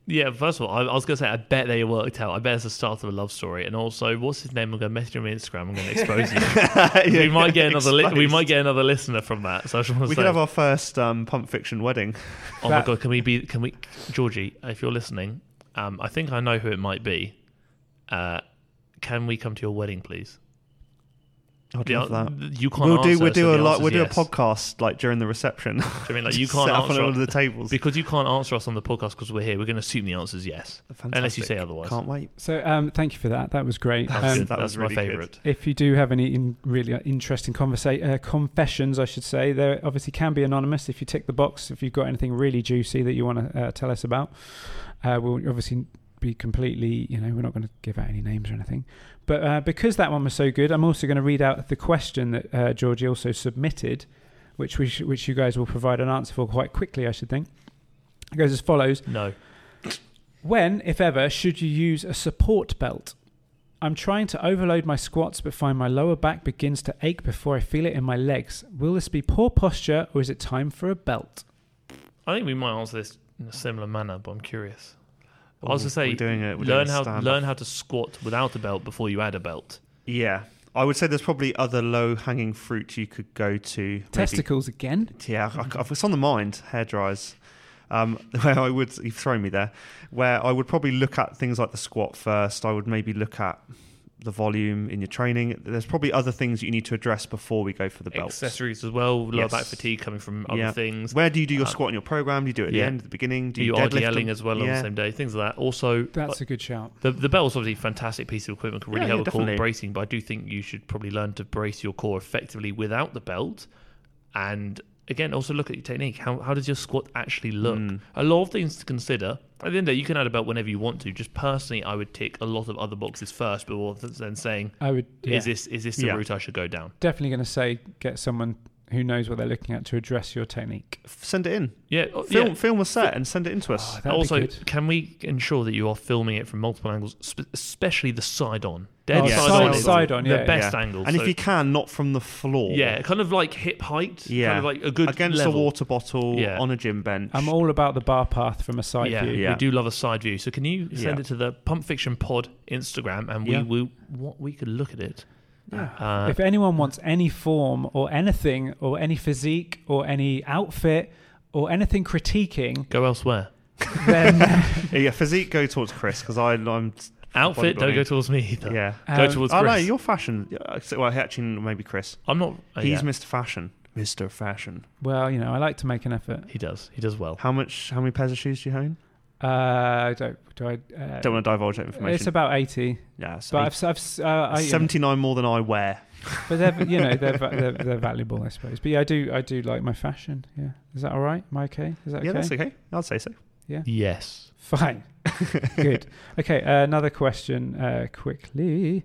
Yeah, first of all, I, I was going to say, I bet they worked out. I bet it's the start of a love story. And also, what's his name? I'm going to message him on Instagram. I'm going to expose you. we might get another. Li- we might get another listener from that. So I just want We to say, could have our first um, pump fiction wedding. oh That- my god, can we be? Can we, Georgie? If you're listening, um, I think I know who it might be. Uh, can we come to your wedding, please? I'd The- love that. You can't. We'll do answer, so we'll do a the like answer's we'll do a yes. podcast like during the reception. Do you know what I mean like you Just can't set up on answer all of the tables. because you can't answer us on the podcast because we're here. We're going to assume the answer is yes, unless you Fantastic. say otherwise. Can't wait. So, um, thank you for that. That was great. That Um, good. That's was my really good. favourite. if you do have any in really uh, interesting conversa- uh, confessions, I should say, they obviously can be anonymous if you tick the box. If you've got anything really juicy that you want to uh, tell us about, uh, we'll obviously be completely, you know, we're not going to give out any names or anything. But uh, because that one was so good, I'm also going to read out the question that uh, Georgie also submitted, which we sh- which you guys will provide an answer for quite quickly, I should think. It goes as follows. No. When, if ever, should you use a support belt? I'm trying to overload my squats but find my lower back begins to ache before I feel it in my legs. Will this be poor posture or is it time for a belt? I think we might answer this in a similar manner, but I'm curious. I was Ooh, to say, we're doing a- we're doing learn a how stand-up. learn how to squat without a belt before you add a belt. Yeah, I would say there's probably other low hanging fruit you could go to. Maybe- Testicles again? Yeah, I- I- it's on the mind. Hair dries. Um, where I would you've thrown me there. Where I would probably look at things like the squat first. I would maybe look at the volume in your training. There's probably other things you need to address before we go for the belts. Accessories as well, lower Yes. back fatigue coming from other Yeah. things. Where do you do your Um, squat in your program? Do you do it at yeah. the end, at the beginning? Do do you deadlift RDLing them? as well on the Yeah. same day? Things like that. Also, That's a good shout. the the belt's obviously a fantastic piece of equipment, can really Yeah, yeah, help with core definitely. bracing. But I do think you should probably learn to brace your core effectively without the belt. And again, also look at your technique. How how does your squat actually look? Mm. A lot of things to consider. At the end of the day, you can add a belt whenever you want to. Just personally, I would tick a lot of other boxes first before th- then saying, I would yeah, "Is this is this the Yeah. route I should go down?" definitely going to say get someone who knows what they're looking at to address your technique. F- Send it in. Yeah, oh, Film, yeah. film a set and send it in to us. Oh, that'd be also, good. can we ensure that you are filming it from multiple angles, spe- especially the side on? Dead Oh, yeah. side, side- on, side on, the yeah, best yeah. angle. and so- if you can, not from the floor. yeah, kind of like hip height, Yeah. kind of like a good Against level. a water bottle Yeah. on a gym bench. I'm all about the bar path from a side yeah, view. we Yeah. do love a side view. So can you send Yeah. it to the Pump Fiction Pod Instagram, and we Yeah. will what we could look at it. Yeah. Uh, if anyone wants any form or anything or any physique or any outfit or anything critiquing, go elsewhere. then yeah, physique, go towards Chris because I'm. Outfit, don't bodybuilding. go towards me either. Yeah. Go Um, towards Oh Chris. no, you're fashion. Yeah, so- Well, actually, maybe Chris. I'm not. uh, He's yeah, Mr. Fashion. Mr. Fashion. well, you know, I like to make an effort. he does. He does well. How much? How many pairs of shoes do you own? Uh, do, do I? Uh, Don't want to divulge that information. it's about eighty, yeah, it's but eight- I've, I've s- uh, I, you know, 79 more than I wear. but they're you know they're, va- they're they're valuable, I suppose. But yeah, I do I do like my fashion. Yeah, is that all right? Am I okay? Is that Yeah, okay? that's okay. I'd say so. Yes. Fine. Good. Okay, uh, another question uh, quickly.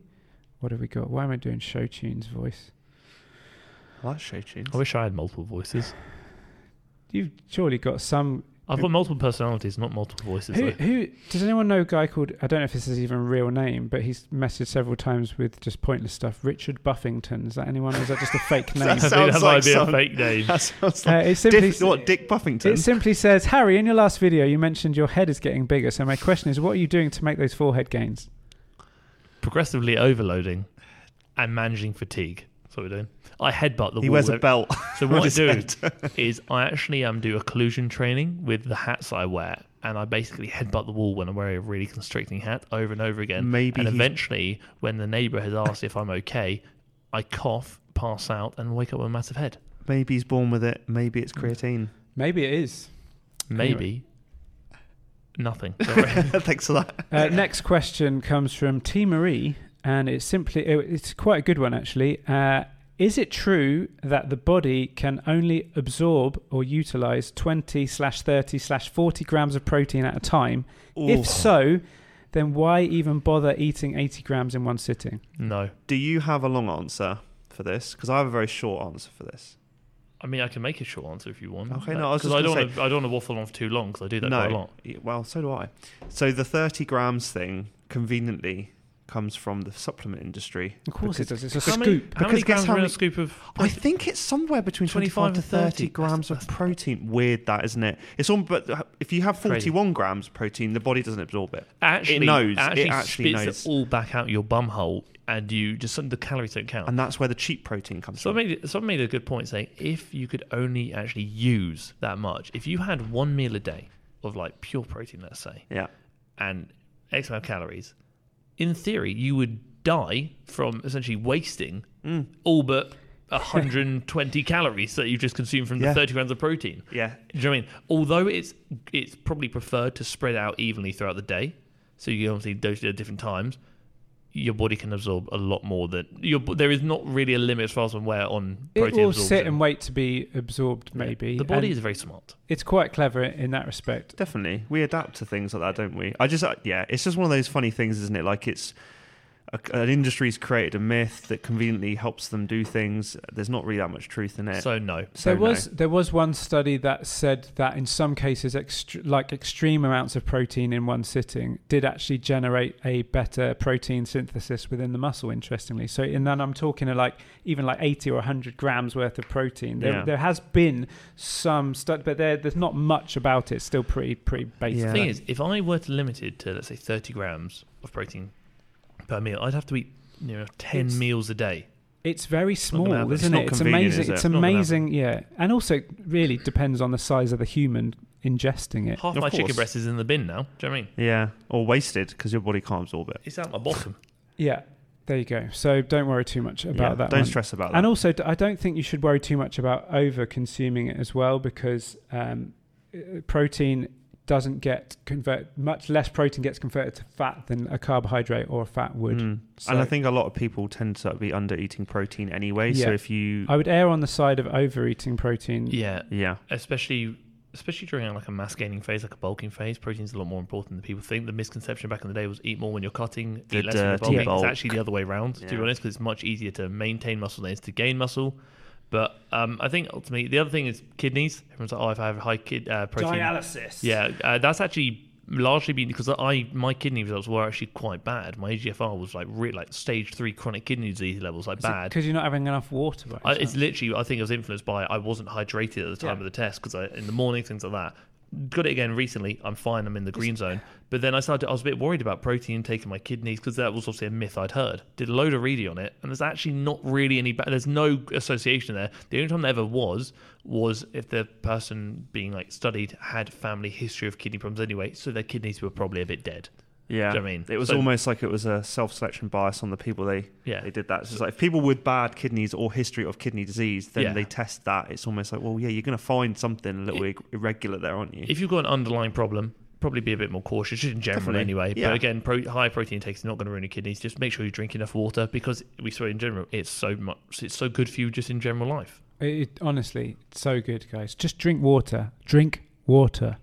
What have we got? Why am I doing show tunes voice? I like show tunes. I wish I had multiple voices. You've surely got some. I've got multiple personalities, not multiple voices. Who, though. who does anyone know? A guy called I don't know if this is even a real name, but he's messaged several times with just pointless stuff. Richard Buffington. Is that anyone? Is that just a fake name? I think Sounds that like might be a some- fake name. That sounds Uh, like it simply Diff- what Dick Buffington. It simply says, Harry, in your last video, you mentioned your head is getting bigger. So my question is, what are you doing to make those forehead gains? progressively overloading and managing fatigue. That's what we're doing. I headbutt the He wall. wears a every- belt. So on what I his do head. is I actually um do a collusion training with the hats I wear, and I basically headbutt the wall when I'm wearing a really constricting hat over and over again. Maybe and he's- eventually, when the neighbour has asked if I'm okay, I cough, pass out, and wake up with a massive head. Maybe he's born with it. Maybe it's creatine. Maybe it is. Maybe nothing. Thanks for that. Uh, next question comes from T. Marie, and it's simply, it- it's quite a good one, actually. Uh, is it true that the body can only absorb or utilize 20 slash 30 slash 40 grams of protein at a time? Ooh. If so, then why even bother eating 80 grams in one sitting? no, Do you have a long answer for this? Because I have a very short answer for this. I mean I can make a short answer if you want. Okay, no, I was 'Cause just I don't gonna wanna, I don't want to waffle on for too long because I do that quite a lot. Y- Well, so do I. So the 30 grams thing conveniently comes from the supplement industry. Of course it does. It's a How scoop. many, how many Because guess grams how are in a many- scoop of? I think it's somewhere between 25 25, to 30, and 30. grams That's- of protein. Weird that, isn't it? It's on, but uh, if you have Crazy. 41 grams of protein, the body doesn't absorb it. actually It knows. It Actually actually spits knows. it all back out your bum hole, and you just the calories don't count. And that's where the cheap protein comes so I from. made someone made a good point saying if you could only actually use that much, if you had one meal a day of like pure protein, let's say, Yeah. and X amount of calories, in theory you would die from essentially wasting Mm. all but 120 calories that you just consumed from Yeah. the 30 grams of protein. Yeah. Do you know what I mean? Although it's it's probably preferred to spread out evenly throughout the day, so you obviously dose it at different times. Your body can absorb a lot more than your. bo- There is not really a limit as far as I'm aware on It protein will absorption. sit and wait to be absorbed, maybe. the body and is very smart. It's quite clever in that respect. Definitely. We adapt to things like that, don't we? I just, uh, yeah, it's just one of those funny things, isn't it? Like it's a, an industry's created a myth that conveniently helps them do things. There's not really that much truth in it. So no, So there no. was there was one study that said that in some cases, ext- like extreme amounts of protein in one sitting, did actually generate a better protein synthesis within the muscle. Interestingly, so and then I'm talking of like even like 80 or 100 grams worth of protein. There, Yeah. there has been some study, but there, there's not much about it. It's still pretty pretty basic. The Yeah. thing is, if I were to limit it to let's say 30 grams of protein per meal, I'd have to eat you know 10 It's- meals a day. It's very small, happen. It's isn't not it? It's convenient, amazing. is it? It's Not gonna amazing, yeah. And also, it really depends on the size of the human ingesting it. Half Of my chicken course. breast is in the bin now. Do you know what I mean? Yeah. Or wasted because your body can't absorb it. It's out my bottom. Yeah, there you go. So don't worry too much about Yeah, that. Don't one. stress about that. And also, d- I don't think you should worry too much about over consuming it as well because um, uh, protein doesn't get convert much less protein gets converted to fat than a carbohydrate or a fat would. Mm. So- and I think a lot of people tend to be under eating protein anyway. So Yeah. if you, I would err on the side of overeating protein. Yeah, yeah, especially especially during like a mass gaining phase, like a bulking phase, protein's a lot more important than people think. The misconception back in the day was eat more when you're cutting, The eat less when you're dirty bulking. bulk. It's actually the other way around, to Yeah. be honest, because it's much easier to maintain muscle than it is to gain muscle. But um, I think ultimately the other thing is kidneys. Everyone's like, oh, if I have high kid uh, protein, Dialysis. yeah, uh, that's actually largely been because I my kidney results were actually quite bad. My E eGFR was like re- like stage three chronic kidney disease levels, like bad. because you're not having enough water. Right? I, it's literally I think I was influenced by I wasn't hydrated at the time of Yeah. the test because I in the morning things like that. Got it again recently. I'm fine. I'm in the green zone. But then I started. I was a bit worried about protein intake in my kidneys because that was obviously a myth I'd heard. Did a load of reading on it, and there's actually not really any. Ba- there's no association there. The only time there ever was was if the person being like studied had family history of kidney problems anyway, so their kidneys were probably a bit dead. Yeah. Do you know what I mean? It was So- almost like it was a self selection bias on the people they Yeah. they did that. So it's like if people with bad kidneys or history of kidney disease, then Yeah. they test that. It's almost like, well, yeah, you're going to find something a little ir- irregular there, aren't you? if you've got an underlying problem, probably be a bit more cautious just in general Definitely. anyway. Yeah. But again, pro- high protein intake is not going to ruin your kidneys. Just make sure you drink enough water because we saw it in general. It's so much. It's so good for you just in general life. It, it- honestly, it's so good, guys. Just drink water. Drink water.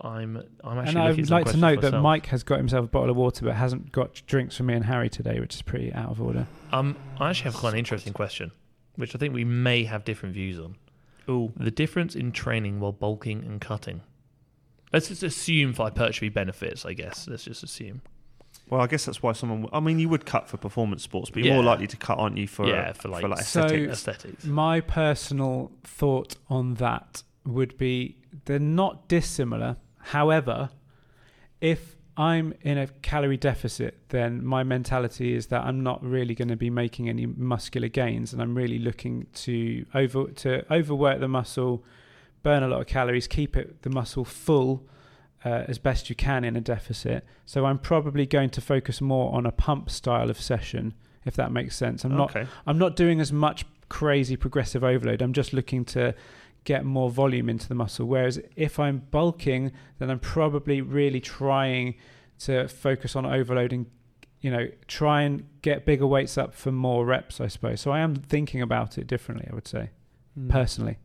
I'm. I'm actually. And looking I would at some like to questions note that myself. Mike has got himself a bottle of water, but hasn't got drinks for me and Harry today, which is pretty out of order. Um, I actually have quite an interesting question, which I think we may have different views on. Ooh. The difference in training while bulking and cutting. Let's just assume for hypertrophy benefits. I guess let's just assume. Well, I guess that's why someone. w- I mean, you would cut for performance sports, but you're Yeah. more likely to cut, aren't you, for yeah, for like, So- aesthetics? aesthetics. My personal thought on that would be they're not dissimilar. However, if I'm in a calorie deficit, then my mentality is that I'm not really going to be making any muscular gains, and I'm really looking to over to overwork the muscle, burn a lot of calories, keep it the muscle full uh, as best you can in a deficit. So I'm probably going to focus more on a pump style of session, if that makes sense. I'm not okay. I'm not doing as much crazy progressive overload. I'm just looking to get more volume into the muscle. Whereas if I'm bulking, then I'm probably really trying to focus on overloading, you know, try and get bigger weights up for more reps, I suppose. So I am thinking about it differently, I would say, Mm. Mm. personally.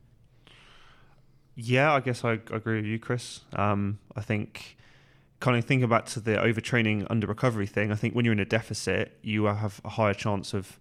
Yeah, I guess I I agree with you, Chris. Um, I think kind of thinking back to the overtraining under recovery thing, I think when you're in a deficit, you have a higher chance of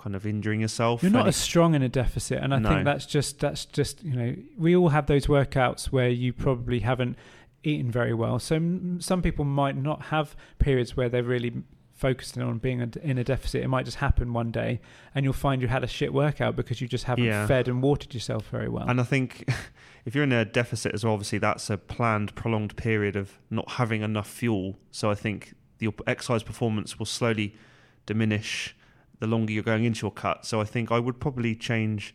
kind of injuring yourself. You're not And as strong in a deficit, and I No. think that's just that's just you know we all have those workouts where you probably haven't eaten very well. So m- some people might not have periods where they're really focusing on being a- in a deficit. It might just happen one day, and you'll find you had a shit workout because you just haven't Yeah. fed and watered yourself very well. And I think if you're in a deficit as well, obviously that's a planned, prolonged period of not having enough fuel. So I think your exercise performance will slowly diminish the longer you're going into your cut. So I think I would probably change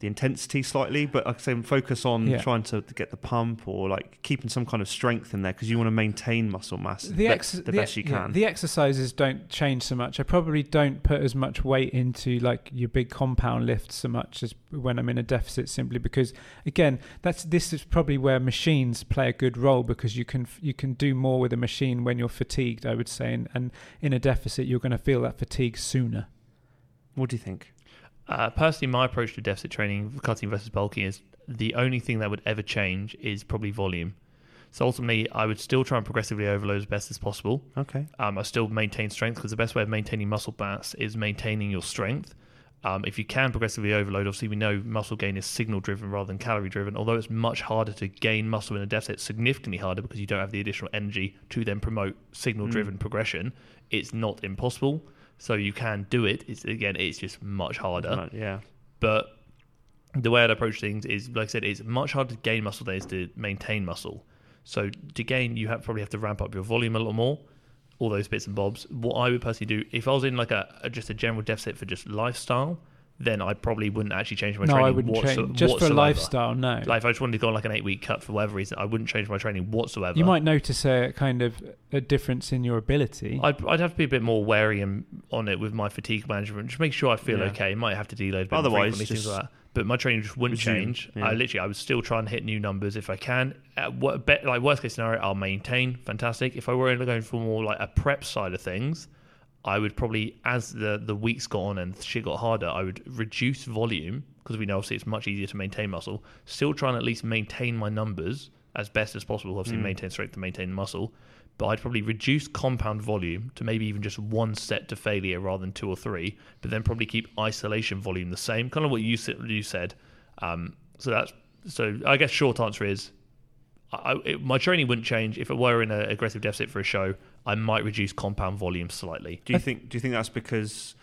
the intensity slightly, but like I say, focus on Yeah. trying to get the pump or like keeping some kind of strength in there because you want to maintain muscle mass the, be- ex- the, the- best you yeah, can. the exercises don't change so much. I probably don't put as much weight into like your big compound lifts so much as when I'm in a deficit, simply because again, that's this is probably where machines play a good role because you can you can do more with a machine when you're fatigued. I would say, and, and in a deficit, you're going to feel that fatigue sooner. what do you think? Uh, personally, my approach to deficit training, cutting versus bulking, is the only thing that would ever change is probably volume. So ultimately, I would still try and progressively overload as best as possible. Okay. Um, I still maintain strength because the best way of maintaining muscle mass is maintaining your strength. Um, if you can progressively overload, obviously we know muscle gain is signal driven rather than calorie driven. Although it's much harder to gain muscle in a deficit, significantly harder because you don't have the additional energy to then promote signal driven progression. It's not impossible, so you can do it. It's again, it's just much harder Right, yeah. but the way I'd approach things is, like I said, it's much harder to gain muscle than it is to maintain muscle. So to gain, you have, probably have to ramp up your volume a lot more, all those bits and bobs. What I would personally do, if I was in like a, a- just a general deficit for just lifestyle, then I probably wouldn't actually change my no, training. I wouldn't whatso- change just for a whatsoever. lifestyle. No, Like if I just wanted to go on like an eight week cut for whatever reason, I wouldn't change my training whatsoever. you might notice a kind of a difference in your ability. I'd, I'd have to be a bit more wary and on it with my fatigue management. Just make sure I feel Yeah. okay. Might have to deload. a bit Otherwise, frequently, things just like that. But my training just wouldn't resume, change. yeah. I literally, I would still try and hit new numbers if I can. At what, bet, like worst case scenario, I'll maintain. Fantastic. If I were only going for more like a prep side of things, I would probably, as the the weeks got on and shit got harder, I would reduce volume because we know obviously it's much easier to maintain muscle. Still try and at least maintain my numbers as best as possible. Obviously, maintain strength to maintain muscle, but I'd probably reduce compound volume to maybe even just one set to failure rather than two or three, but then probably keep isolation volume the same, kind of what you said. You said. Um, so that's so. I guess short answer is, I, I- it, my training wouldn't change if it were in an aggressive deficit for a show. I might reduce compound volume slightly. Do you think? Do you think that's because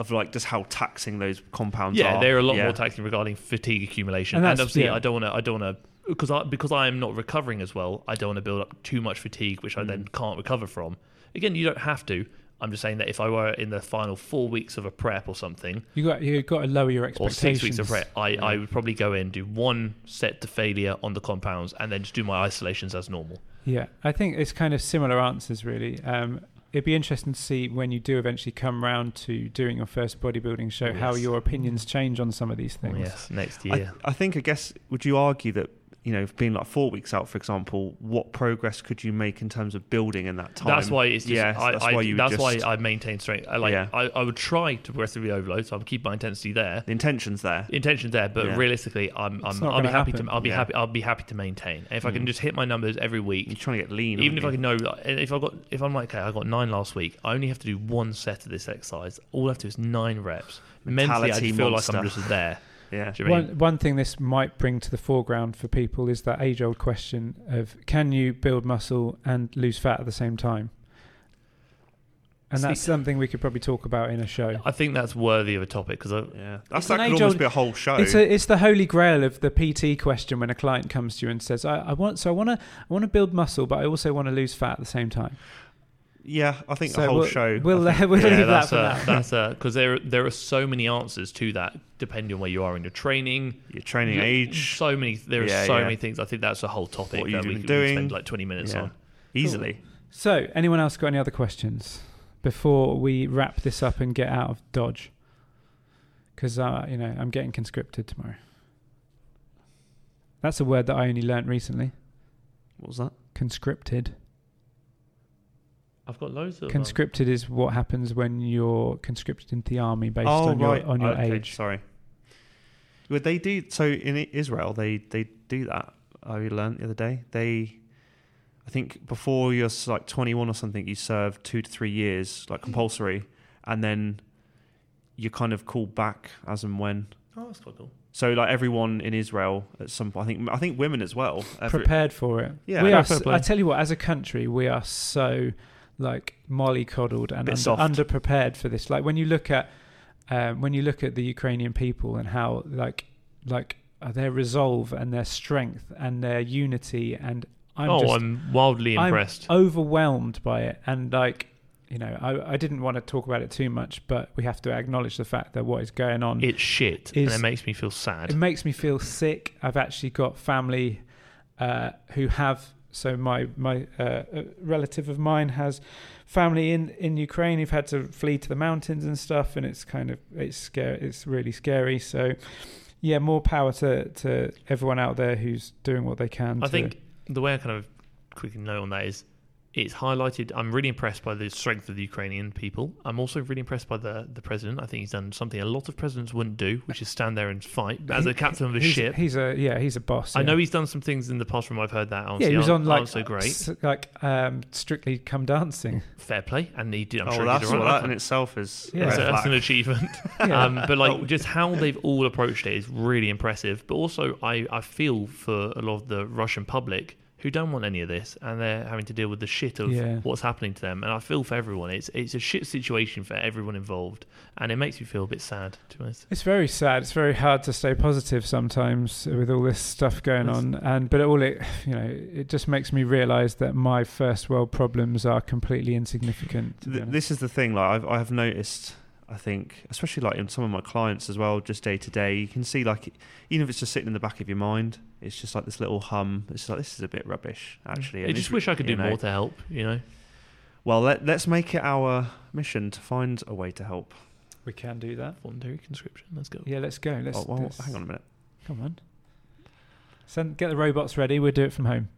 of like just how taxing those compounds are? Yeah, they're a lot Yeah. more taxing regarding fatigue accumulation, And and, that's- obviously yeah. I don't want to. I don't want to because I because I am not recovering as well. I don't want to build up too much fatigue, which I then can't recover from. Again, you don't have to. I'm just saying that if I were in the final four weeks of a prep or something, You got you got to lower your or expectations. six weeks of prep, I, I would probably go in do one set to failure on the compounds, and then just do my isolations as normal. Yeah, I think it's kind of similar answers really. Um, it'd be interesting to see when you do eventually come round to doing your first bodybuilding show Oh, how yes. your opinions change on some of these Oh, things. yes, next I, year. I think. I guess. Would you argue that you know, being like four weeks out, for example, what progress could you make in terms of building in that time? That's why it's just, Yes, I, that's I, why you. would that's just, why I maintain strength. I like Yeah. I, I would try to progressively overload, so I'm keep my intensity there. the intentions there. intention there, but Yeah. realistically, I'm, I'm It's not I'll be gonna happy happen. to I'll be Yeah. Mm. happy I'll be happy to maintain. And if I can just hit my numbers every You're week, trying to get lean. even if I aren't can know and if I got if I'm like okay, I got nine last week, I only have to do one set of this exercise. All I have to do is nine reps. Mentally, I Mentality just feel like I'm monster. just there. you? yeah. Do you know what I mean? One, one thing this might bring to the foreground for people is that age old question of can you build muscle and lose fat at the same time? And See- that's something we could probably talk about in a show. I think that's worthy of a topic because I, Yeah, that's It's that an could age-old- almost be a whole show. It's a, it's the holy grail of the PT question when a client comes to you and says, "I, I want so I want to I want to build muscle, but I also want to lose fat at the same time." yeah, I think so a whole we'll, show. We'll, I think- we'll leave that that's for a, that. that's a because there there are so many answers to that depending on where you are in your training. your training Your- age so many. There are Yeah, so yeah. many things. I think that's a whole topic What that you've we been could we could doing. spend like twenty minutes Yeah. on. easily. So, anyone else got any other questions before we wrap this up and get out of Dodge? Because uh, you know I'm getting conscripted tomorrow. That's a word that I only learnt recently. What was that? Conscripted. I've got loads of um, Conscripted is what happens when you're conscripted into the army based oh on right, your on your Okay, age. Sorry. Would they do so in I- Israel? They they do that. I learned the other day. They, I think, before you're s- like 21 or something, you serve two to three years, Mm. like compulsory, and then you're kind of called back as and when. Oh, that's quite cool. So like everyone in Israel at some point, I think I think women as well. Every, prepared for it. Yeah, we fair are. play. s- I tell you what, as a country, we are so like mollycoddled and Bit soft. under, underprepared for this. Like when you look at um, when you look at the Ukrainian people and how like like uh, their resolve and their strength and their unity and I'm oh, just I'm wildly I'm impressed. overwhelmed by it and like. You know, I, I didn't want to talk about it too much, but we have to acknowledge the fact that what is going on it's shit, is- and it makes me feel sad. it makes me feel sick. I've actually got family uh, who have. So my my uh, uh, relative of mine has family in in Ukraine who've had to flee to the mountains and stuff, and it's kind of it's scary. It's really scary. So yeah, more power to to everyone out there who's doing what they can. I to, think the way I kind of quickly note on that is it's highlighted. I'm really impressed by the strength of the Ukrainian people. I'm also really impressed by the the president. I think he's done something a lot of presidents wouldn't do, which is stand there and fight as He- a captain of a he's, ship. He's a yeah, he's a boss. I yeah. know he's done some things in the past from I've heard that. Aren't yeah, he was on like so great. s- like um, strictly come dancing. Fair play, and he did. I'm oh, sure he that's did all all right. that in itself is Yeah. a red That's, a- that's an flag. Oh. achievement. Yeah. um, but like just how they've all approached it is really impressive. But also, I, I feel for a lot of the Russian public who don't want any of this, and they're having to deal with the shit of Yeah. what's happening to them. And I feel for everyone. It's it's a shit situation for everyone involved, and it makes me feel a bit sad. To be honest, It's very sad. It's very hard to stay positive sometimes with all this stuff going Yes. on. And but all it, you know, it just makes me realise that my first world problems are completely insignificant. to be Th- honest. this is the thing like I've, i've noticed i think especially like in some of my clients as well just day to day you can see like even if it's just sitting in the back of your mind it's just like this little hum it's like this is a bit rubbish actually Mm. I And just it's- wish I could you do know. more to help. You know, well let, let's make it our mission to find a way to help we can do that. voluntary conscription. Let's go. Yeah, let's go. Let's, oh, well let's- hang on a minute Come on. Send get the robots ready. We'll do it from home.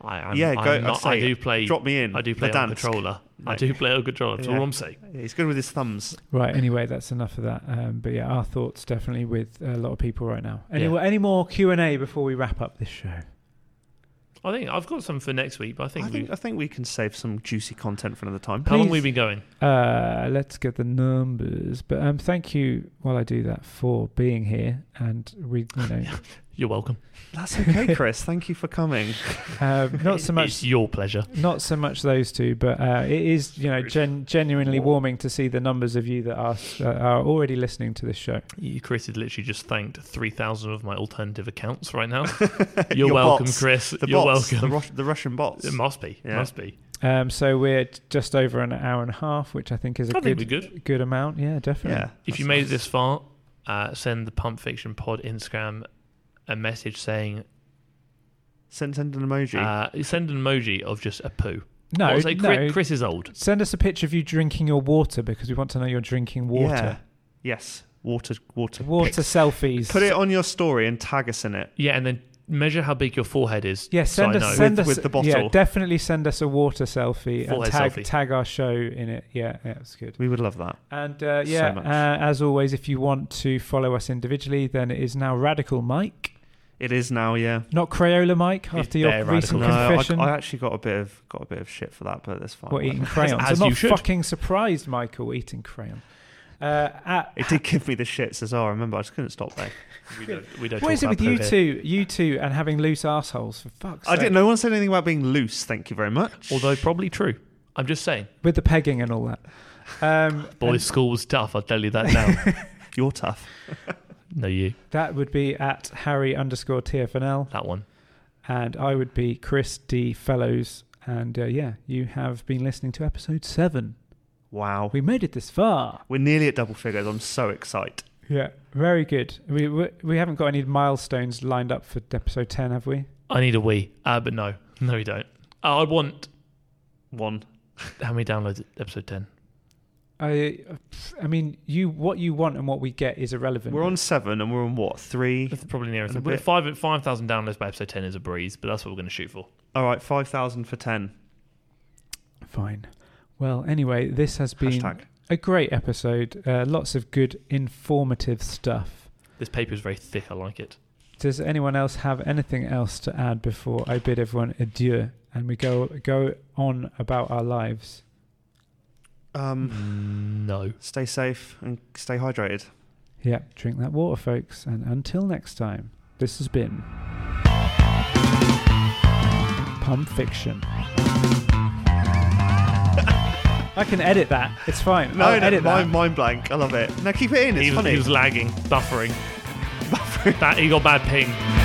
I am, Yeah, yeah, go- go, I'd not, say I do play. drop me in I do The play on dance. controller. I Like- do play on controller. That's all Yeah. I'm saying. Yeah, he's good with his thumbs Right. Anyway, that's enough of that. Um, but yeah, our thoughts definitely with a lot of people right now. Any, Yeah. any more Q and A before we wrap up this show? I think I've got some for next week, but I think, uh, I think we, I think we can save some juicy content for another time. how long please- we've been going. Uh, let's get the numbers. But um, thank you while I do that for being here, and we, you know, You're welcome. That's okay, Chris. Thank you for coming. um, not so It's much. your pleasure. Not so much those two, but uh, it is you know gen- genuinely warming to see the numbers of you that are that are already listening to this show. You, Chris has literally just thanked 3,000 of my alternative accounts right now. You're welcome, bots. Chris. The You're bots, welcome. The, Rus- the Russian bots. It must be. Yeah. Must be. Um, so we're t- just over an hour and a half, which I think is a I think good we're good. good amount. Yeah, definitely. Yeah. If you that's made it nice. this far, uh, send the Pump Fiction Pod Instagram a message saying, send send an emoji. uh, send an emoji of just a poo. No, Or say, "Chri- no. Chris is old. Send us a picture of you drinking your water because we want to know you're drinking Yeah. water. Yes. Water. Water. Water selfies. Put it on your story and tag us in it. Yeah, and then measure how big your forehead is. Yeah, send so I us know. send With- us with the Yeah, bottle. definitely send us a water selfie and Forehead tag selfie. tag our show in it. Yeah, yeah, it's good. We would love that. And uh, yeah, much. uh, as always, if you want to follow us individually, then it is now Radical Mike, It is now. Yeah. not Crayola Mike. He's After your bare radical. recent No, I, confession, I actually got a bit of got a bit of shit for that, but that's fine. What, eating whatever. crayons? as I'm you not should. fucking surprised, Michael, eating crayon. Uh, at, It did give me the shits as well. I remember. I just couldn't stop there. We don't, we don't what talk is it about with poo you here. two? You two and having loose assholes for fuck's I sake. didn't. No one said anything about being loose. Thank you very much. Although probably true. I'm just saying. with the pegging and all that. Um, Boys' school was tough, I'll tell you that now. you're tough. no, you. that would be at Harry underscore TFNL, That one. and I would be Chris D Fellows. And uh, yeah, you have been listening to episode seven. Wow. We made it this far. We're nearly at double figures. I'm so excited. Yeah, very good. We we, we haven't got any milestones lined up for episode ten, have we? I need a Wii. Uh, but no. No, you don't. Uh, I want. One. How many downloads at episode 10? I, I mean, you what you want and what we get is irrelevant. We're on seven, and we're on what three? That's probably near And a it. We're bit. five five thousand downloads by episode ten is a breeze, but that's what we're going to shoot for. All right, five thousand for ten. Fine. Well, anyway, this has been Hashtag. a great episode. Uh, lots of good, informative stuff. This paper is very thick. I like it. Does anyone else have anything else to add before I bid everyone adieu and we go go on about our lives? Um, No. stay safe and stay hydrated. Yeah, drink that water, folks. And until next time, this has been Pump Fiction. I can edit that. It's fine. No, I'll no, edit that. mind, mind blank. I love it. Now keep it in. It's He was, funny. he was lagging, buffering. that he got bad ping.